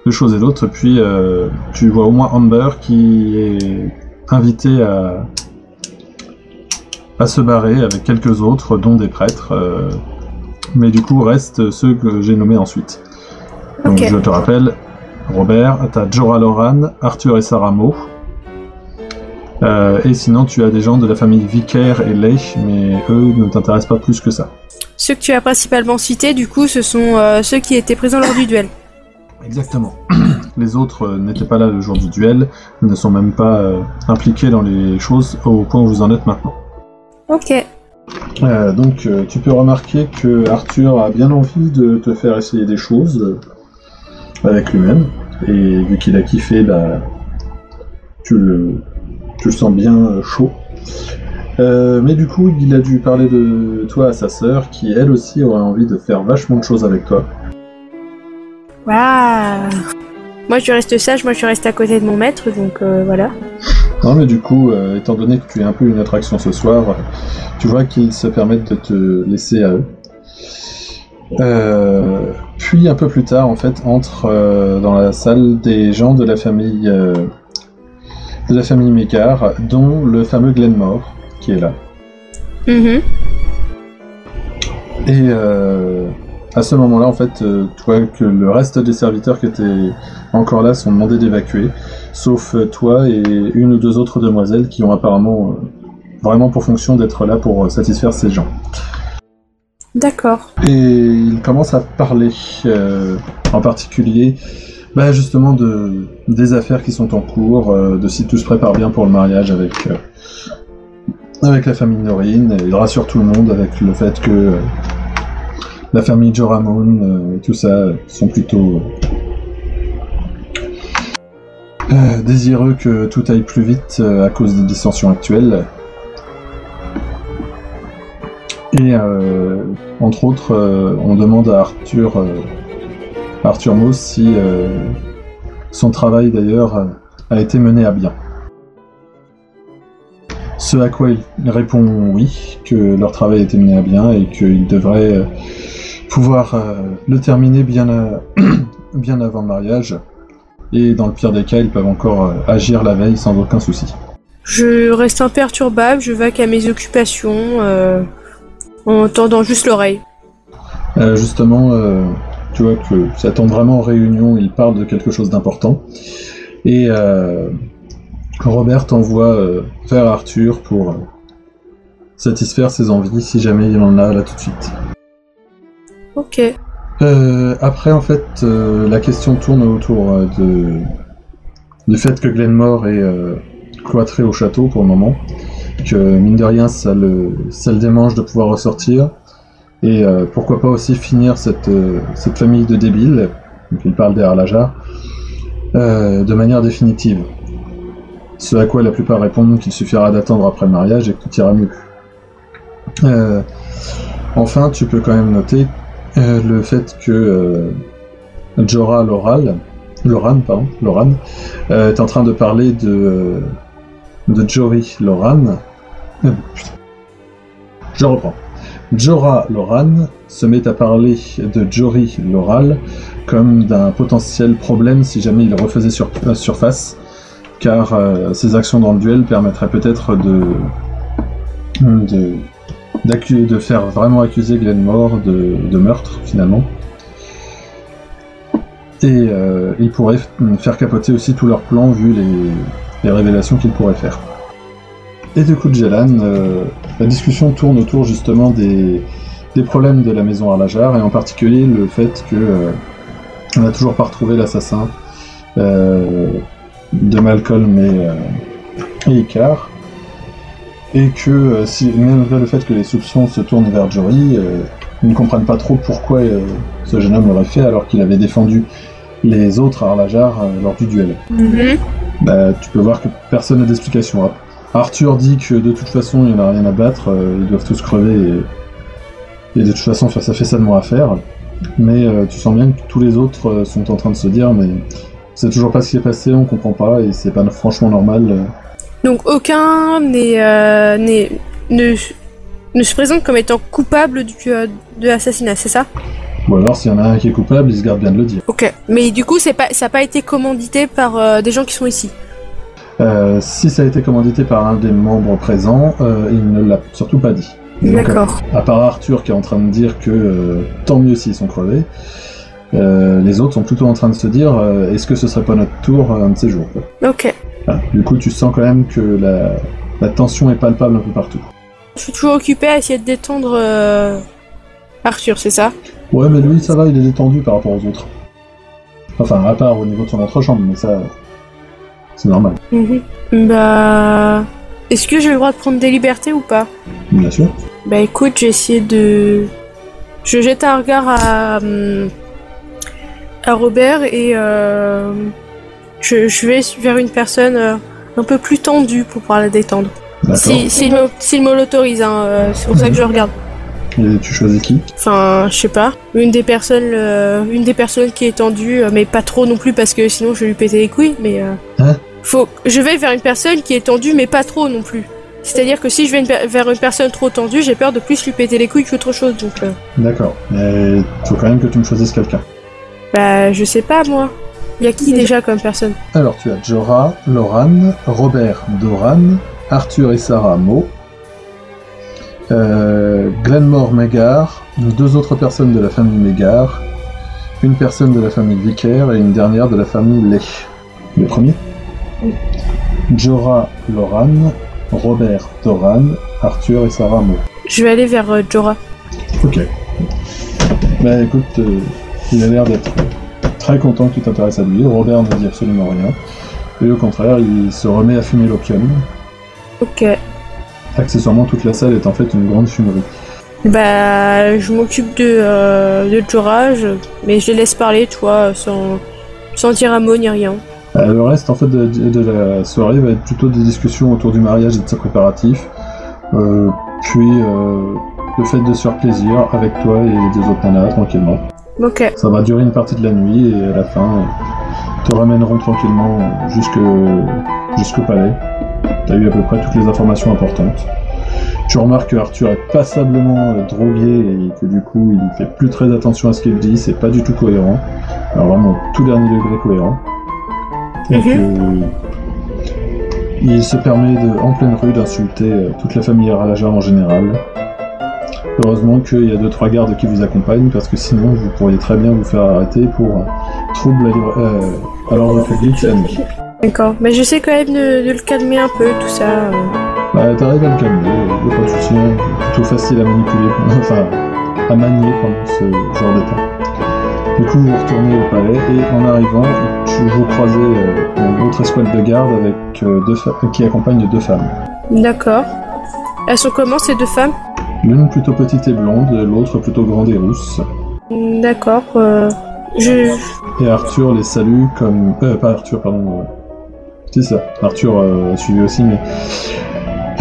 A: de choses et d'autres. Puis euh, tu vois au moins Amber qui est invitée à à se barrer avec quelques autres, dont des prêtres. euh, mais du coup, restent ceux que j'ai nommés ensuite. Donc
I: Ok.
A: je te rappelle, Robert, t'as Jorah Loran, Arthur et Sarah Moe. Euh, et sinon, tu as des gens de la famille Vicaire et Leich, mais eux ne t'intéressent pas plus que ça.
I: Ceux que tu as principalement cités, du coup, ce sont euh, ceux qui étaient présents lors du duel.
A: Exactement. <clears throat> les autres euh, n'étaient pas là le jour du duel, ne sont même pas euh, impliqués dans les choses au point où vous en êtes maintenant.
I: Ok.
A: Euh, donc, euh, tu peux remarquer que Arthur a bien envie de te faire essayer des choses euh, avec lui-même, et vu qu'il a kiffé, bah, tu le, tu le sens bien euh, chaud. Euh, mais du coup, il a dû parler de toi à sa sœur, qui elle aussi aurait envie de faire vachement de choses avec toi.
I: Waouh Moi, je reste sage, moi, je reste à côté de mon maître, donc euh, voilà.
A: Non, mais du coup, euh, étant donné que tu es un peu une attraction ce soir, euh, tu vois qu'ils se permettent de te laisser à eux. Euh, puis un peu plus tard, en fait, entrent euh, dans la salle des gens de la famille euh, de la famille Mécard, dont le fameux Glenmore qui est là.
I: Mhm.
A: Et euh, à ce moment-là, en fait, euh, tu vois que le reste des serviteurs qui étaient encore là sont demandés d'évacuer, sauf euh, toi et une ou deux autres demoiselles qui ont apparemment euh, vraiment pour fonction d'être là pour euh, satisfaire ces gens.
I: D'accord.
A: Et il commence à parler, euh, en particulier, bah, justement de des affaires qui sont en cours, euh, de si tout se prépare bien pour le mariage avec euh, avec la famille Norine. Et il rassure tout le monde avec le fait que euh, la famille Joramon euh, et tout ça euh, sont plutôt euh, euh, désireux que tout aille plus vite euh, à cause des dissensions actuelles. Et euh, entre autres, euh, on demande à Arthur, euh, Arthur Mauss si euh, son travail d'ailleurs euh, a été mené à bien. Ce à quoi il répond oui, que leur travail a été mené à bien et qu'ils devraient euh, pouvoir euh, le terminer bien, à- <coughs> bien avant le mariage. Et dans le pire des cas, ils peuvent encore euh, agir la veille sans aucun souci.
I: Je reste imperturbable, je vaque à mes occupations euh, en tendant juste l'oreille.
A: Euh, justement, euh, tu vois que ça tombe vraiment en réunion, il parle de quelque chose d'important. Et euh, Robert t'envoie euh, vers Arthur pour euh, satisfaire ses envies si jamais il en a là tout de suite.
I: Ok.
A: Euh, après, en fait, euh, la question tourne autour euh, de... du fait que Glenmore est euh, cloîtré au château pour le moment, que mine de rien, ça le, ça le démange de pouvoir ressortir, et euh, pourquoi pas aussi finir cette, euh, cette famille de débiles, donc il parle des Harlajar, euh, de manière définitive. Ce à quoi la plupart répondent qu'il suffira d'attendre après le mariage et que tout ira mieux. Euh, enfin, tu peux quand même noter euh, le fait que euh, Jorah Loral, Loran, pardon, Loran, euh, est en train de parler de, euh, de Jory Loran. Euh, putain. Je reprends. Jorah Loran se met à parler de Jory Loral comme d'un potentiel problème si jamais il refaisait sur- euh, surface, car euh, ses actions dans le duel permettraient peut-être de, de d'accu- de faire vraiment accuser Glenmore de, de meurtre finalement. Et euh, ils pourraient f- faire capoter aussi tous leurs plans vu les, les révélations qu'ils pourraient faire. Et du coup, Jalan, euh, la discussion tourne autour justement des, des problèmes de la maison Arlajar et en particulier le fait que euh, on n'a toujours pas retrouvé l'assassin euh, de Malcolm et, euh, et Icar et que euh, si, malgré le fait que les soupçons se tournent vers Jory, euh, ils ne comprennent pas trop pourquoi euh, ce jeune homme l'aurait fait alors qu'il avait défendu les autres à Arlajar euh, lors du duel.
I: Mm-hmm.
A: Bah, tu peux voir que personne n'a d'explication. Ar- Arthur dit que de toute façon il n'y en a rien à battre, euh, ils doivent tous crever et, et de toute façon ça fait ça de moi à faire. Mais euh, tu sens bien que tous les autres euh, sont en train de se dire mais c'est toujours pas ce qui est passé, on comprend pas et c'est pas franchement normal. euh,
I: Donc aucun n'est, euh, n'est- ne, ne se présente comme étant coupable du, euh, de l'assassinat, c'est ça
A: Ou alors s'il y en a un qui est coupable, il se garde bien de le dire.
I: Ok. Mais du coup, c'est pas, ça n'a pas été commandité par euh, des gens qui sont ici.
A: Euh, si ça a été commandité par un des membres présents, euh, il ne l'a surtout pas dit. Et donc, euh, à, à part Arthur qui est en train de dire que euh, tant mieux s'ils sont crevés, euh, les autres sont plutôt en train de se dire euh, est-ce que ce serait pas notre tour euh, un de ces jours quoi.
I: Ok.
A: Voilà. Du coup, tu sens quand même que la, la tension est palpable un peu partout.
I: Je suis toujours occupée à essayer de détendre euh, Arthur, c'est ça
A: Ouais, mais lui, ça va, il est détendu par rapport aux autres. Enfin, à part au niveau de son entrechambre, mais ça, c'est normal,
I: Mhm. Bah. Est-ce que j'ai le droit de prendre des libertés ou pas
A: bien sûr.
I: Bah écoute, j'ai essayé de. Je jette un regard à. hum, à Robert et. euh, je, je vais vers une personne euh, un peu plus tendue pour pouvoir la détendre.
A: D'accord.
I: Si- S'il me, s'il me l'autorise, hein, euh, c'est pour ça que je regarde.
A: Et tu choisis qui
I: Enfin, je sais pas. Une des personnes, euh, une des personnes qui est tendue, euh, mais pas trop non plus parce que sinon je vais lui péter les couilles. Mais euh,
A: Hein
I: faut, je vais vers une personne qui est tendue, mais pas trop non plus. C'est-à-dire que si je vais une per- vers une personne trop tendue, j'ai peur de plus lui péter les couilles qu'autre chose. Donc, euh,
A: D'accord. Mais faut quand même que tu me choisisses quelqu'un.
I: bah, je sais pas moi. Y a qui déjà comme personne
A: Alors tu as Jorah, Loran, Robert, Doran, Arthur et Sarah Mo, euh, Glenmore Megar, deux autres personnes de la famille Megar, une personne de la famille Vicaire et une dernière de la famille Ley. Le premier Jorah, Loran, Robert, Doran, Arthur et Sarah Mo.
I: Je vais aller vers euh, Jorah.
A: Ok. Bah écoute, euh, il a l'air d'être très content que tu t'intéresses à lui. Robert ne dit absolument rien. Et au contraire, il se remet à fumer l'opium.
I: Ok.
A: Accessoirement, toute la salle est en fait une grande fumerie.
I: Bah, je m'occupe de, euh, de Jorah, je- mais je les laisse parler, tu vois, sans, sans dire un mot ni rien.
A: Euh, le reste en fait de, de la soirée va être plutôt des discussions autour du mariage et de ses préparatifs. Euh, puis euh, le fait de se faire plaisir avec toi et les deux autres nanas tranquillement.
I: Ok.
A: Ça va durer une partie de la nuit et à la fin, ils te ramèneront tranquillement jusque, jusqu'au palais. T'as eu à peu près toutes les informations importantes. Tu remarques que Arthur est passablement euh, drogué et que du coup il fait plus très attention à ce qu'il dit, c'est pas du tout cohérent. Alors vraiment au tout dernier degré cohérent. Et
I: Mhm.
A: que il se permet de, en pleine rue d'insulter euh, toute la famille Aralajar en général. Heureusement qu'il y a deux trois gardes qui vous accompagnent parce que sinon vous pourriez très bien vous faire arrêter pour euh, trouble à l'ordre euh, à l'ordre public. et à nous.
I: D'accord. Mais j'essaie quand même de, de le calmer un peu, tout ça. euh.
A: Bah, t'arrives à le calmer, y a pas de souci, hein. plutôt facile à manipuler, <laughs> enfin à manier pendant ce genre d'état. Du coup, vous retournez au palais et en arrivant, tu, vous croisez euh, une autre escouade de garde avec euh, deux fe- qui accompagne deux femmes.
I: D'accord. Elles sont comment ces deux femmes
A: L'une plutôt petite et blonde, l'autre plutôt grande et rousse.
I: D'accord. euh, je...
A: Et Arthur les salue comme. Euh, pas Arthur, pardon. euh, C'est ça. Arthur euh, a suivi aussi, mais.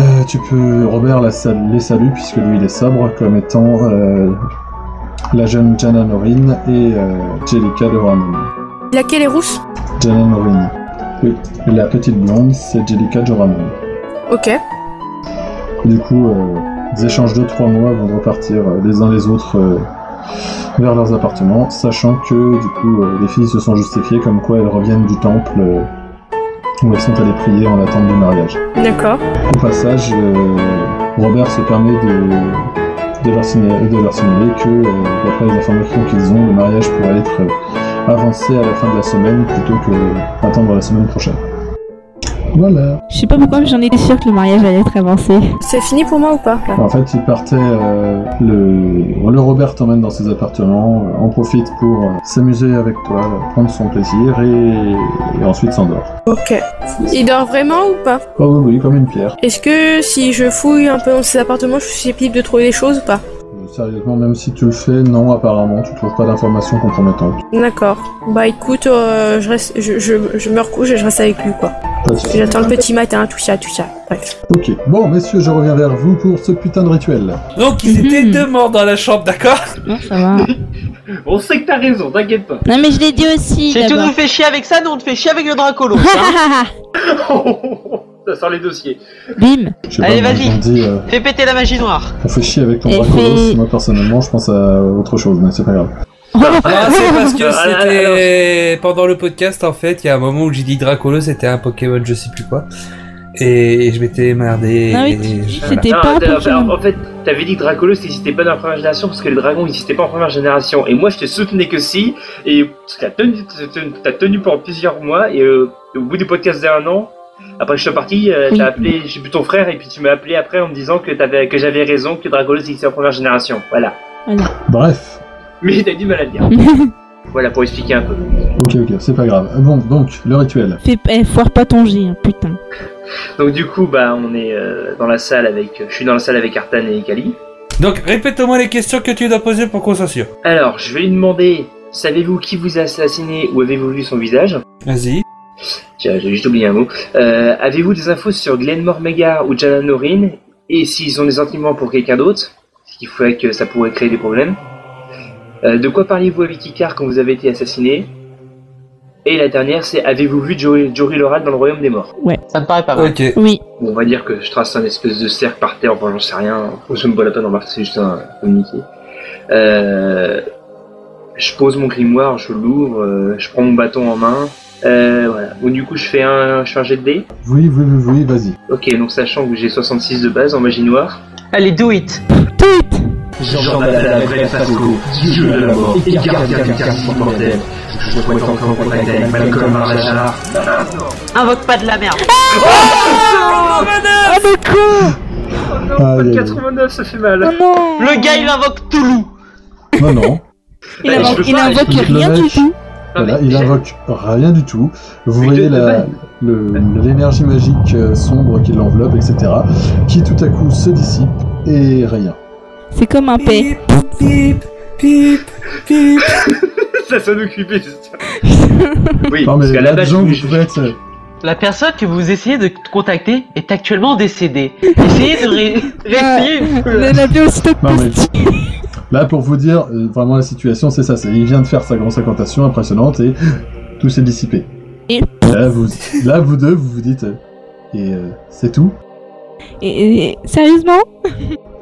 A: Euh, tu peux. Robert la sal- les salue, puisque lui il est sobre, comme étant euh, la jeune Jana Norin et euh, Jellica de Rohan.
I: Laquelle est rousse
A: Jana Norin. Oui, et la petite blonde, c'est Jellica Joramon.
I: Ok.
A: Du coup, euh, ils échangent 2-3 mois avant de repartir euh, les uns les autres euh, vers leurs appartements, sachant que du coup, euh, les filles se sont justifiées comme quoi elles reviennent du temple euh, où elles sont allées prier en attente du mariage.
I: D'accord.
A: Au passage, euh, Robert se permet de, de, leur, signaler, de leur signaler que, euh, d'après les informations qu'ils ont, le mariage pourrait être euh, avancé à la fin de la semaine plutôt que attendre la semaine prochaine. Voilà.
E: Je sais pas pourquoi, mais j'en étais sûre que le mariage allait être avancé.
I: C'est fini pour moi ou pas là
A: En fait, il partait. euh, le... le Robert t'emmène dans ses appartements, euh, en profite pour euh, s'amuser avec toi, euh, prendre son plaisir et, et ensuite s'endort.
I: Ok. Il dort vraiment ou pas
A: Oh oui, oui, comme une pierre.
I: Est-ce que si je fouille un peu dans ses appartements, je suis susceptible de trouver des choses ou pas
A: Euh, Sérieusement, même si tu le fais, non, apparemment, tu trouves pas d'informations compromettantes.
I: D'accord. Bah écoute, euh, je, reste, je, je, je me recouche et je reste avec lui quoi.
A: Pas de soucis.
I: J'attends le petit matin, tout ça, tout ça. Bref.
A: Ok. Bon, messieurs, je reviens vers vous pour ce putain de rituel.
G: Donc ils
E: Mhm.
G: étaient deux morts dans la chambre, d'accord
E: Non, ça va.
C: On sait que t'as raison, t'inquiète pas. <laughs>
E: Non, mais je l'ai dit
D: Si
E: aussi.
D: tu
E: d'abord.
D: nous fais chier avec ça, nous on te fait chier avec le <laughs> Dracolo. hein.
C: Ça sort les dossiers.
E: <laughs> Bim.
A: Je sais
D: Allez,
A: moi,
D: vas-y.
A: on dit, euh,
D: fais péter la magie noire.
A: on fait chier avec ton
E: Et
A: Dracolos.
E: fais-
A: Moi, personnellement, je pense à autre chose, mais c'est pas grave.
G: Ah, c'est <laughs>
D: <laughs>
G: parce que
C: Ah, là,
G: c'était pendant le podcast en fait, il y a un moment où j'ai dit Dracolo c'était un Pokémon je sais plus quoi. Et je m'étais merdé.
E: Ah oui,
G: et
E: tu dis,
G: voilà.
E: c'était- T'es
C: Non,
E: pas un
C: t'as-
E: Pokémon.
C: En fait, t'avais dit que Dracolos n'existait pas dans la première génération parce que les dragons n'existaient pas en première génération. Et moi, je te soutenais que si. Et t'as tenu, t'as tenu- t'as tenu pendant plusieurs mois. Et euh, au bout du podcast d'un an, après que je suis parti, euh,
E: Oui.
C: t'as appelé, j'ai vu ton frère. Et puis tu m'as appelé après en me disant que, t'avais- que j'avais raison, que Dracolos existait en première génération. Voilà. <laughs>
A: Bref.
C: Mais t'as du mal à le
E: <laughs>
C: dire. Voilà pour expliquer un peu.
A: Ok, ok, c'est pas grave. Bon, donc, le rituel.
E: <laughs> Fais, eh, foire pas ton G, hein, putain.
C: Donc du coup, bah, on est euh, dans la salle avec. Je suis dans la salle avec Artan et Kali.
G: Donc répète-moi les questions que tu dois poser pour qu'on s'assure.
C: Alors, je vais lui demander, savez-vous qui vous a assassiné ou avez-vous vu son visage
G: Vas-y.
C: Tiens, J'ai juste oublié un mot. Euh, avez-vous des infos sur Glenmore Megar ou Jana Norin Et s'ils ont des sentiments pour quelqu'un d'autre Ce qui ferait que ça pourrait créer des problèmes. Euh, de quoi parliez-vous avec Icar quand vous avez été assassiné Et la dernière, c'est avez-vous vu Jory, Jory Loral dans le Royaume des Morts
D: Ça me
E: Ah
D: paraît pas mal.
G: Ok.
E: Oui.
C: Bon, On va dire que je trace un espèce de cercle par terre, enfin j'en sais rien. Je me bats la peine, remarque, c'est juste un communiqué. Euh, je pose mon grimoire, je l'ouvre, euh, je prends mon bâton en main. Euh, voilà. Bon, du coup, je fais un, je fais un jet de dés.
A: Oui, oui, oui, oui, vas-y.
C: Ok, donc sachant que j'ai 66 de base en magie noire.
D: Allez, do it.
E: Tout
B: Jean Baptiste la vraie Fasco, Dieu de la mort, écarte l'incarnation mortelle. Je pourrais être encore en contact avec Malcolm Marjala.
D: Invoque pas de la <laughs> merde.
E: Oh le con
C: Oh non,
A: Aïe, aïe, aïe.
C: 89, ça fait mal.
E: Oh non
D: Le gars, il invoque Toulouse.
A: Non, non.
E: Il,
C: Eh, je
E: invoque-
C: peux
E: il
C: pas,
E: invoque
A: je peux
E: rien
A: le
E: du
A: mettre.
E: tout
A: Voilà, il invoque rien du tout. Vous
C: Mais
A: voyez
C: de- de
A: la-
C: vrai.
A: le- l'énergie magique euh, sombre qui l'enveloppe, etc., qui tout à coup se dissipe et rien.
E: C'est comme
C: <laughs>
E: un paix.
G: Pip, pip, pip, pip.
C: ça s'en occupait, c'est ça. Oui,
A: Non, mais
C: parce
A: il y
C: qu'à
A: a
C: la
A: des
C: base,
A: gens, vous euh,
C: je-
A: pouvez être.
D: La personne que vous essayez de contacter est actuellement décédée. Essayez de <laughs> ré- réessayer. une fois.
E: <laughs> On l'a vu aussitôt que
A: Non, mais-
E: possible.
A: Là, pour vous dire, euh, vraiment, la situation, c'est ça. c'est- Il vient de faire sa grosse incantation impressionnante et tout s'est dissipé.
E: Et-
A: Là, vous, là, vous deux, vous vous dites. euh, Et euh, c'est tout
E: Et- et- Sérieusement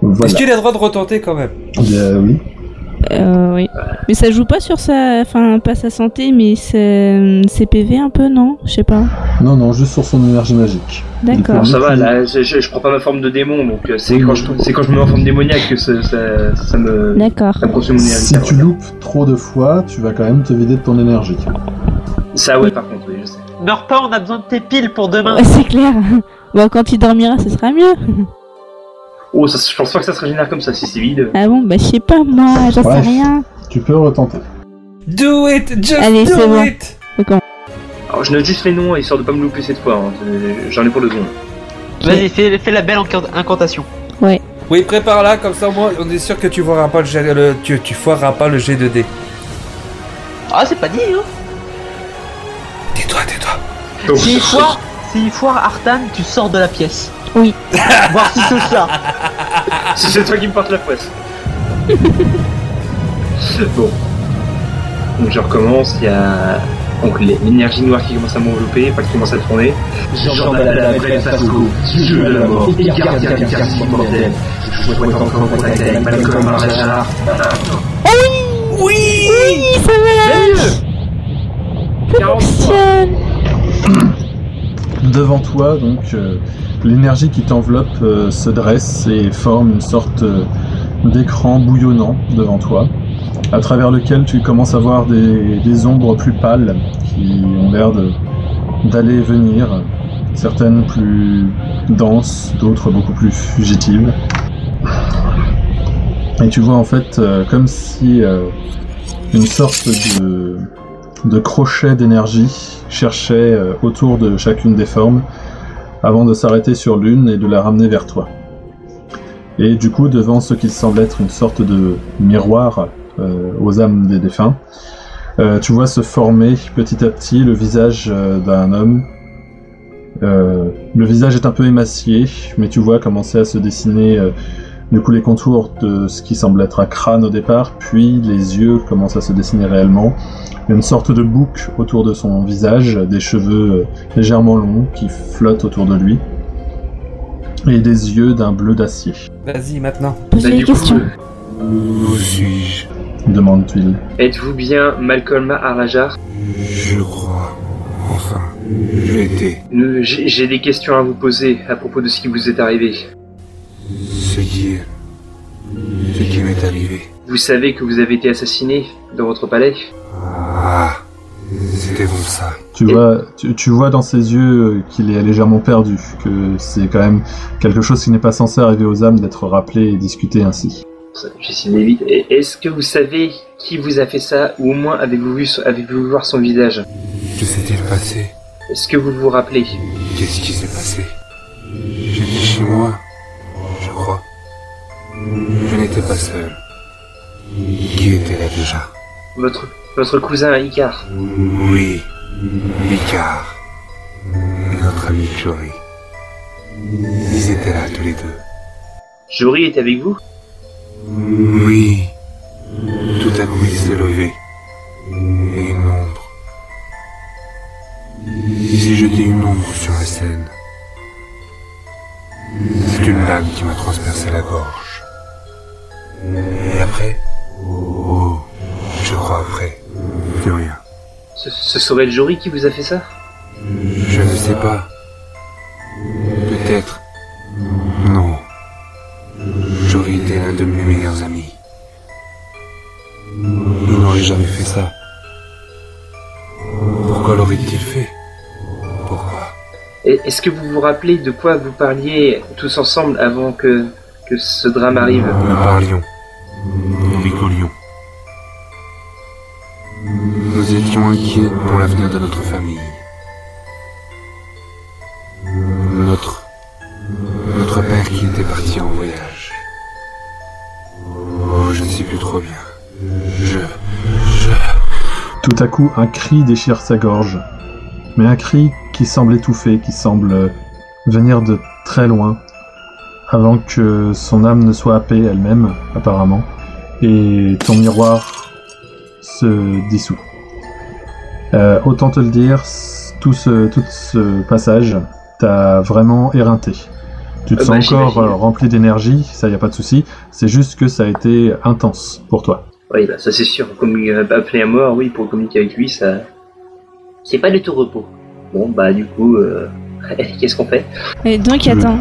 A: Voilà.
G: Est-ce qu'il a le droit de retenter quand même
A: Eh bien, oui.
E: Euh, oui. Mais ça joue pas sur sa. Enfin, pas sa santé, mais ses, ses PV un peu, non Je sais pas.
A: Non, non, juste sur son énergie magique.
E: D'accord.
C: Bon, ça va, là, je, je- je prends pas ma forme de démon, donc euh, c'est
A: Oui.
C: quand, je- c'est quand je me mets en forme démoniaque que ça, ça, ça me,
E: D'accord.
C: ça me consomme mon énergie.
A: Si tu loupes trop de fois, tu vas quand même te vider de ton énergie.
C: Ça, ouais, par contre, oui, je sais.
H: Meurs pas, on a besoin de tes piles pour
D: <laughs>
H: demain.
E: Ouais, c'est clair. Bon, quand il dormira, ce sera mieux.
C: Oh, ça, je pense pas que ça se régénère comme ça si c'est vide.
E: Ah bon, bah je sais pas, moi, j'en sais
A: Ouais.
E: rien.
A: Tu peux retenter.
G: Do it, just
E: Allez,
G: do
E: c'est bon.
G: it.
C: Alors, je note juste les noms histoire de pas me louper cette fois. hein. Euh, J'en ai pour le secondes.
D: Vas-y, fais, fais la belle encant- incantation.
G: Oui, prépare-la, comme ça au moins on est sûr que tu foireras pas le, jet- le- tu, tu foireras pas le G2D.
D: Ah, c'est pas dit, hein
G: Tais-toi, tais-toi.
C: Donc,
D: S'il foire, s'il foire Artan, tu sors de la pièce.
E: Oui.
D: Voir si c'est ça.
C: Si c'est toi qui me porte la poisse. <laughs> bon. Donc je recommence, il y a donc les- l'énergie noire qui commence à m'envelopper, enfin qui commence à tourner.
B: J'en ai la vraie face au cou. Si je veux la mort, écarte ta carcasse mortelle. Je souhaite encore en contact avec Malcolm Marjachar.
E: Oui, ça marche Ça fonctionne
A: Devant toi, donc, euh, l'énergie qui t'enveloppe euh, se dresse et forme une sorte euh, d'écran bouillonnant devant toi, à travers lequel tu commences à voir des, des ombres plus pâles qui ont l'air de- d'aller et venir, certaines plus denses, d'autres beaucoup plus fugitives. Et tu vois en fait euh, comme si euh, une sorte de, de crochet d'énergie cherchait euh, autour de chacune des formes avant de s'arrêter sur l'une et de la ramener vers toi. Et du coup, devant ce qu'il semble être une sorte de miroir euh, aux âmes des défunts, euh, tu vois se former petit à petit le visage euh, d'un homme. Euh, le visage est un peu émacié, mais tu vois commencer à se dessiner euh, du coup les contours de ce qui semble être un crâne au départ, puis les yeux commencent à se dessiner réellement. Il y a une sorte de boucle autour de son visage, des cheveux euh, légèrement longs qui flottent autour de lui, et des yeux d'un bleu d'acier,
G: Vas-y, maintenant.
E: Pose
C: Bah,
E: des
C: du coup,
E: questions.
C: euh,
B: Où suis-je
A: demande-t-il.
C: êtes-vous bien Malcolm Arajar
B: Je crois. Enfin, j'étais.
C: Nous- J'ai j'ai des questions à vous poser à propos de ce qui vous est arrivé.
B: Ce qui est. Ce qui m'est arrivé.
C: Vous savez que vous avez été assassiné dans votre palais
B: Ah, c'était comme ça.
A: Tu
C: Et-
A: vois, tu, tu vois dans ses yeux euh, qu'il est légèrement perdu, que c'est quand même quelque chose qui n'est pas censé arriver aux âmes d'être rappelé et discuté ainsi.
C: J'essaie d'aller vite. Et- Est-ce que vous savez qui vous a fait ça ou au moins avez-vous vu, son- avez-vous vu voir son visage
B: Que s'est-il passé
C: Est-ce que vous vous rappelez
B: Qu'est-ce qui s'est passé J'étais chez moi, je crois. Je n'étais pas seul. Qui était là déjà
C: Votre, votre cousin Icar
B: Oui, Picard. Notre ami Jory. Ils étaient là tous les deux.
C: Jory est avec vous
B: Oui. Tout à coup, il s'est levé. Et une ombre. Il s'est jeté une ombre sur la scène. C'est une lame qui m'a transpercé la gorge. Et après Oh, je crois après. Plus rien.
C: ce, ce serait Jory qui vous a fait ça
B: Je ne sais pas. Peut-être. Non. J'aurais été l'un de mes meilleurs amis. Il n'aurait jamais fait ça. Pourquoi l'aurait-il fait Pourquoi
C: Et- Est-ce que vous vous rappelez de quoi vous parliez tous ensemble avant que, que ce drame arrive
B: Nous parlions. Nous rigolions. Nous étions inquiets pour l'avenir de notre famille. Notre. Notre père qui était parti en voyage. Oh, je ne sais plus trop bien. Je.
A: Tout à coup, un cri déchire sa gorge, mais un cri qui semble étouffé, qui semble euh, venir de très loin, avant que son âme ne soit happée elle-même, apparemment, et ton miroir se dissout. Euh, autant te le dire, c- tout ce, tout ce passage t'a vraiment éreinté. Tu te
C: Euh, bah,
A: sens encore
C: j'imagine.
A: euh, rempli d'énergie, ça y a pas de souci, c'est juste que ça a été intense pour toi.
C: Oui, bah, ça c'est sûr. Commu- appeler à mort, oui, pour communiquer avec lui, ça. C'est pas du tout repos. Bon, bah, du coup, euh, <laughs> qu'est-ce qu'on fait
E: Et donc,
A: Oui.
E: attends.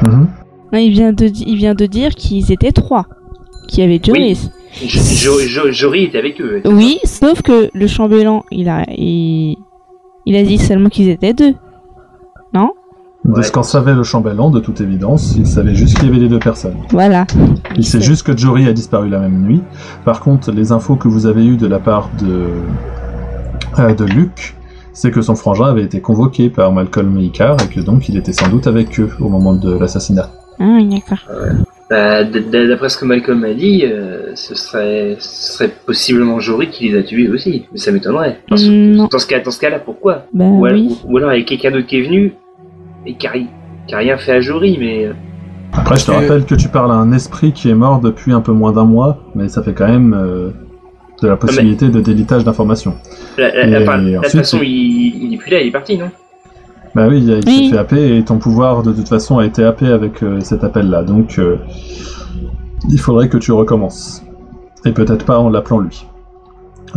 A: Mhm.
E: Hein, Il vient de, di- il vient de dire qu'ils étaient trois, qu'il y avait Joris.
C: Jo- Jo- Jo- Jory était avec eux.
E: Oui. sauf que le chambellan, il a, il, il a dit seulement qu'ils étaient deux.
A: De ce qu'en savait le chambellan, de toute évidence, il savait juste qu'il y avait les deux personnes.
E: Voilà.
A: Il sait juste que Jory a disparu la même nuit. Par contre, les infos que vous avez eues de la part de, euh, de Luc, c'est que son frangin avait été convoqué par Malcolm et Icar et que donc il était sans doute avec eux au moment de l'assassinat.
E: Ah, oui, d'accord.
C: Bah, d- d- d'après ce que Malcolm a dit, euh, ce, serait, ce serait possiblement Jory qui les a tués aussi. Mais ça m'étonnerait. Dans ce,
E: Non.
C: dans ce cas, dans ce cas-là, pourquoi
E: Bah
C: ou, al-
E: oui.
C: ou- ou alors il y a quelqu'un d'autre qui est venu et qui a, ri- qui a rien fait à Jory, mais. euh,
A: Après, je te
D: Euh.
A: rappelle que tu parles à un esprit qui est mort depuis un peu moins d'un mois, mais ça fait quand même euh, de la possibilité de délitage d'informations.
C: La, la-
A: Et
C: la- enfin, de toute
A: ensuite,
C: façon,
A: c'est-
C: il, il est plus là, il est parti, non
A: Bah oui, il a- il s'est
E: Oui.
A: fait happer et ton pouvoir de toute façon a été happé avec euh, cet appel-là. Donc euh, il faudrait que tu recommences. Et peut-être pas en l'appelant lui.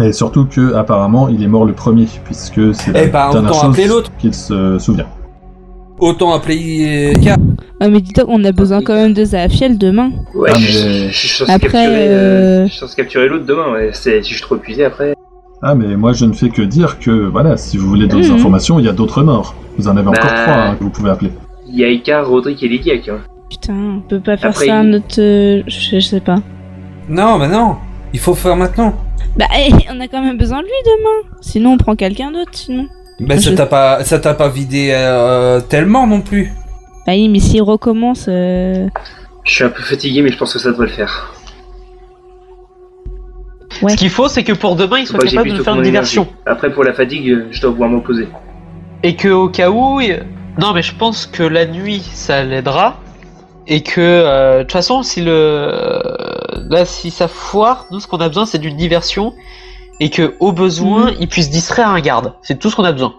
A: Et surtout que apparemment il est mort le premier, puisque c'est la
G: Eh bah,
A: dernière
G: autant
A: chose
G: appeler l'autre.
A: qu'il se souvient.
G: Autant appeler Icar.
E: Ah, mais dis donc, on a besoin quand même de Zafiel demain.
C: Ouais,
A: Ah,
C: je,
A: mais-
C: je- je suis censé
E: Après,
C: capturer, euh,
E: euh,
C: je suis censé capturer l'autre demain. ouais. C'est- Si je suis trop épuisé après.
A: Ah mais moi je ne fais que dire que voilà, si vous voulez d'autres
E: Mhm.
A: informations, il y a d'autres morts. Vous en avez encore
C: Bah.
A: trois hein, que vous pouvez appeler.
C: Il y a Icar, Rodrigue et Legiac. Hein.
E: Putain, on peut pas faire
C: Après,
E: ça à
C: il-
E: notre. euh, Je, je sais pas.
G: Non, bah non. Il faut faire maintenant.
E: Bah, <laughs> eh, on a quand même besoin de lui demain. Sinon, on prend quelqu'un d'autre, sinon.
G: Bah, ça
E: Je-
G: t'a pas, ça t'a pas vidé euh, tellement non plus.
E: Bah oui, mais s'il recommence. euh,
C: Je suis un peu fatigué, mais je pense que ça devrait le faire.
E: Ouais.
D: Ce qu'il faut, c'est que pour demain, il soit
C: Faut pas que
D: capable
C: j'épuise
D: de
C: toute
D: faire
C: mon
D: une
C: énergie.
D: diversion.
C: Après, pour la fatigue, euh, je dois pouvoir me reposer.
D: Et que au cas où, il- non mais je pense que la nuit ça l'aidera et que euh, de toute façon si le euh, là si ça foire, nous ce qu'on a besoin c'est d'une diversion et que au besoin il puisse distraire un garde. C'est tout ce qu'on a besoin.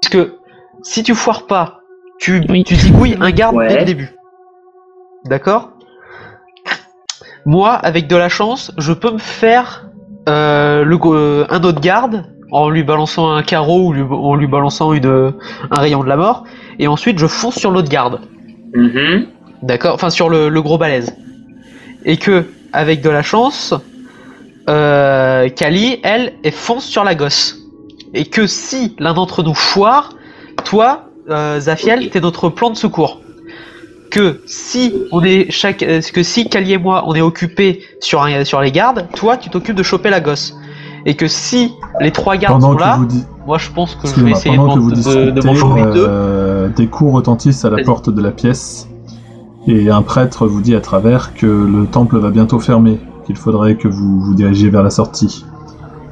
D: Parce que si tu foires pas, tu
E: Oui.
D: tu zigouilles un garde dès
C: Ouais.
D: le début. D'accord. Moi, avec de la chance, je peux me faire euh, le, go- euh, un autre garde en lui balançant un carreau ou lui- en lui balançant une, euh, un rayon de la mort, et ensuite je fonce sur l'autre garde,
C: Mhm.
D: d'accord Enfin, sur le, le gros balèze. Et que, avec de la chance, euh, Kali, elle, elle fonce sur la gosse. Et que si l'un d'entre nous foire, toi, euh, Zafiel,
C: Ok.
D: t'es notre plan de secours. Que si on est chaque, euh, que si Kali et moi on est occupés sur un- sur les gardes, toi tu t'occupes de choper la gosse. Et que si les trois gardes
A: Pendant
D: sont
A: que
D: là,
A: vous di-
D: moi, je pense que je vais
A: Excusez-moi,
D: essayer de
A: pendant
D: m'en-
A: que vous
D: de, de,
A: discutez,
D: m'en choper deux.
A: euh, des coups retentissent à la
C: Vas-y.
A: porte de la pièce et un prêtre vous dit à travers que le temple va bientôt fermer, qu'il faudrait que vous vous dirigiez vers la sortie.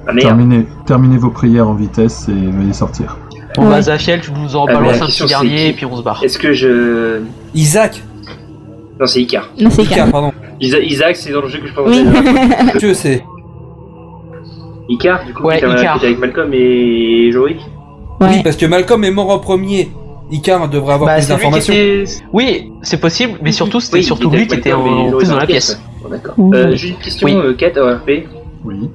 C: Ah merde.
A: Terminez, terminez vos prières en vitesse et veuillez sortir.
D: Bon,
E: Ouais.
D: bah, Zafiel, tu nous en
C: Ah, mais la
D: balances
C: question,
D: un petit
C: c'est qui
D: dernier et puis on se barre.
C: Est-ce que je.
G: Isaac.
C: Non, c'est Icar.
E: Non, c'est
D: <laughs>
G: Icar,
E: calme. <laughs>
G: pardon.
C: Isa- Isaac, c'est dans le jeu que je
E: Oui.
C: présentais. là.
E: <laughs>
G: Dieu sait.
C: <laughs> Icar, du coup,
D: Ouais,
C: qui était-
D: Icar.
C: qui était avec Malcolm et Jory.
G: Oui,
E: ouais.
G: parce que Malcolm est mort en premier. Icar devrait avoir
D: Bah,
G: plus
D: c'est lui qui
G: d'informations.
D: était- Oui, c'est possible, mais surtout, c'était
C: Oui,
D: surtout
C: il
D: lui qui
C: avec
D: était en,
C: Malcolm et
D: en
C: Jory
D: plus dans la pièce.
C: ouais. Bon, D'accord.
E: Mhm.
C: Euh, J'ai une question,
D: Oui.
C: euh, Kat, ORP.
A: Oui.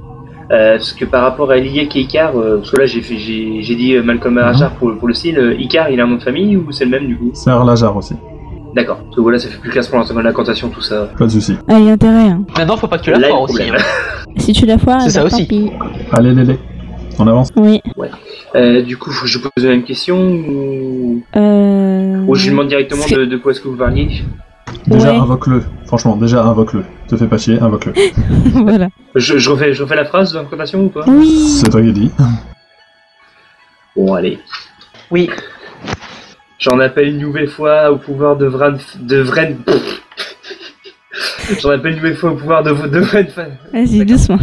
C: Euh, parce que par rapport à Liek et Icar, euh, parce que là j'ai fait- j'ai j'ai dit euh, Malcolm
A: Mhm.
C: Arachar pour, pour le style, euh, Icar il a un nom de famille ou c'est le même du coup
A: C'est Arlajar aussi.
C: D'accord, parce que voilà ça fait plus classe pour l'instant la cantation tout ça.
A: Pas de souci.
E: Ah, il y a intérêt. hein.
D: Maintenant, faut pas que tu la
C: Là,
D: foires
C: le
D: aussi.
C: problème.
D: hein.
E: Si tu la foires,
D: C'est
E: eh
D: ça
E: ben,
D: aussi.
E: tant pis.
A: Allez, allez, allez. On avance.
E: Oui.
C: Euh, du coup faut que je pose la même question ou,
E: Euh...
C: ou je lui demande directement
E: Parce que-
C: de, de quoi est-ce que vous parliez
A: Déjà,
E: Ouais.
A: invoque-le. Franchement, déjà, invoque-le. Te fais pas chier, invoque-le.
E: <laughs> voilà.
C: je, je, refais, je refais la phrase de l'incantation ou pas
E: Oui.
A: C'est toi qui dis.
C: Bon allez.
D: Oui.
C: J'en appelle une nouvelle fois au pouvoir de Vran... de Vren... J'en appelle une nouvelle fois au pouvoir de, de Vren...
E: Vas-y, doucement.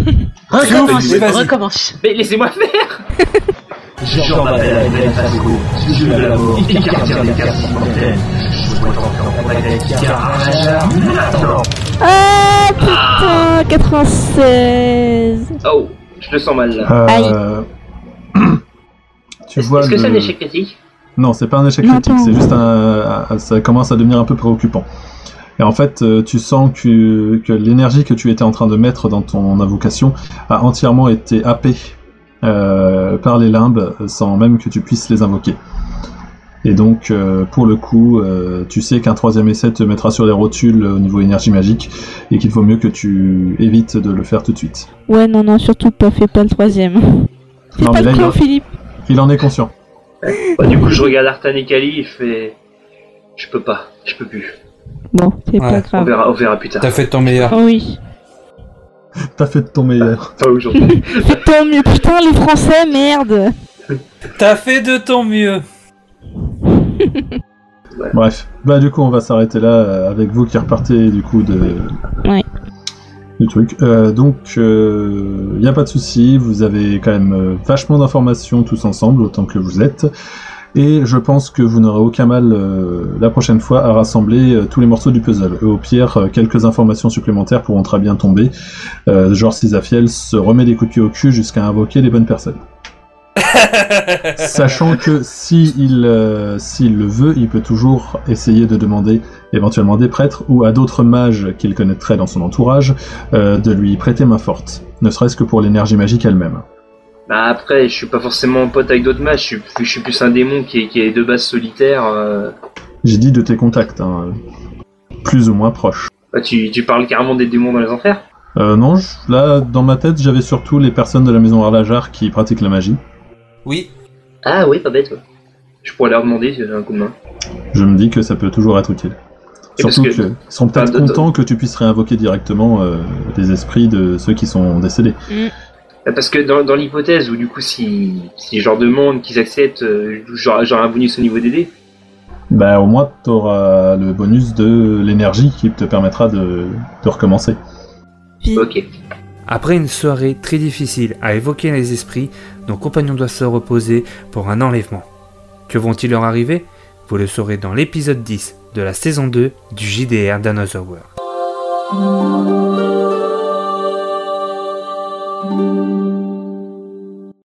G: Recommence, Oui, vas-y.
D: recommence.
C: Mais laissez-moi faire
K: J'en m'appelle à la belle Fasco, ce jeu de la mort, écarte les cartes immortelles. Je pourrais encore comprendre les cartes, maintenant
E: Ah putain 96
C: Oh, je le sens mal là.
A: Euh, <clears throat> tu
C: Est-ce
A: vois
C: est-ce que c'est un
A: le-
C: échec critique
A: Non, c'est pas un échec
E: Non,
A: critique,
E: attends.
A: c'est juste un. un- Ça commence à devenir un peu préoccupant. Et en fait, euh, tu sens que, que l'énergie que tu étais en train de mettre dans ton invocation a entièrement été happée euh, par les limbes sans même que tu puisses les invoquer. Et donc, euh, pour le coup, euh, tu sais qu'un troisième essai te mettra sur les rotules au niveau énergie magique et qu'il vaut mieux que tu évites de le faire tout de suite.
E: Ouais, non, non, surtout pas, fais pas le troisième. Fais
A: Non,
E: pas
A: mais là,
E: le
A: il-
E: con, Philippe.
A: Il en est conscient.
C: Bah, du coup, je regarde Artan et Kali et je fais. Je peux pas, je peux plus.
E: Bon, c'est pas
G: Ouais.
C: On
E: grave.
C: verra, on verra plus tard.
G: T'as fait de ton meilleur.
E: Oh oui.
A: T'as fait de ton meilleur.
C: Pas aujourd'hui.
E: Fais de ton mieux, putain, les Français, merde.
G: T'as fait de
D: <laughs>
G: ton mieux.
A: Bref. Bah, du coup, on va s'arrêter là euh, avec vous qui repartez du coup de.
E: Ouais.
A: Du truc. Euh, donc, il n'y a pas de souci. Vous avez quand même euh, vachement d'informations tous ensemble, autant que vous êtes. Et je pense que vous n'aurez aucun mal euh, la prochaine fois à rassembler euh, tous les morceaux du puzzle. Au pire, euh, quelques informations supplémentaires pourront très bien tomber. Euh, genre si Zafiel se remet des coups de pied au cul jusqu'à invoquer les bonnes personnes. Sachant que si il, euh, s'il le veut, il peut toujours essayer de demander éventuellement des prêtres ou à d'autres mages qu'il connaîtrait dans son entourage euh, de lui prêter main forte, ne serait-ce que pour l'énergie magique elle-même.
C: Bah, après, je suis pas forcément pote avec d'autres matchs. Je suis, je suis plus un démon qui est, qui est de base solitaire. euh.
A: J'ai dit de tes contacts, hein, plus ou moins proches.
C: Bah, tu, tu parles carrément des démons dans les enfers
A: Euh, non, je- là, dans ma tête, j'avais surtout les personnes de la maison Arlajar qui pratiquent la magie.
G: Oui.
C: Ah oui, pas bête. ouais. Je pourrais leur demander si j'ai un coup de main.
A: Je me dis que ça peut toujours être utile.
C: Et parce
A: Surtout
C: que-
A: qu'ils sont peut-être
C: Enfin, de- de-
A: contents que tu puisses réinvoquer directement euh, des esprits de ceux qui sont décédés.
C: Bah, Parce que dans, dans l'hypothèse où du coup si, si je leur demande qu'ils acceptent, euh, j'aurai j'aurai un bonus au niveau des dés.
A: Bah au moins t'auras le bonus de l'énergie qui te permettra de, de recommencer.
C: Ok.
L: Après une soirée très difficile à évoquer les esprits, nos compagnons doivent se reposer pour un enlèvement. Que vont-ils leur arriver Vous le saurez dans l'épisode 10 de la saison 2 du JDR d'Another World.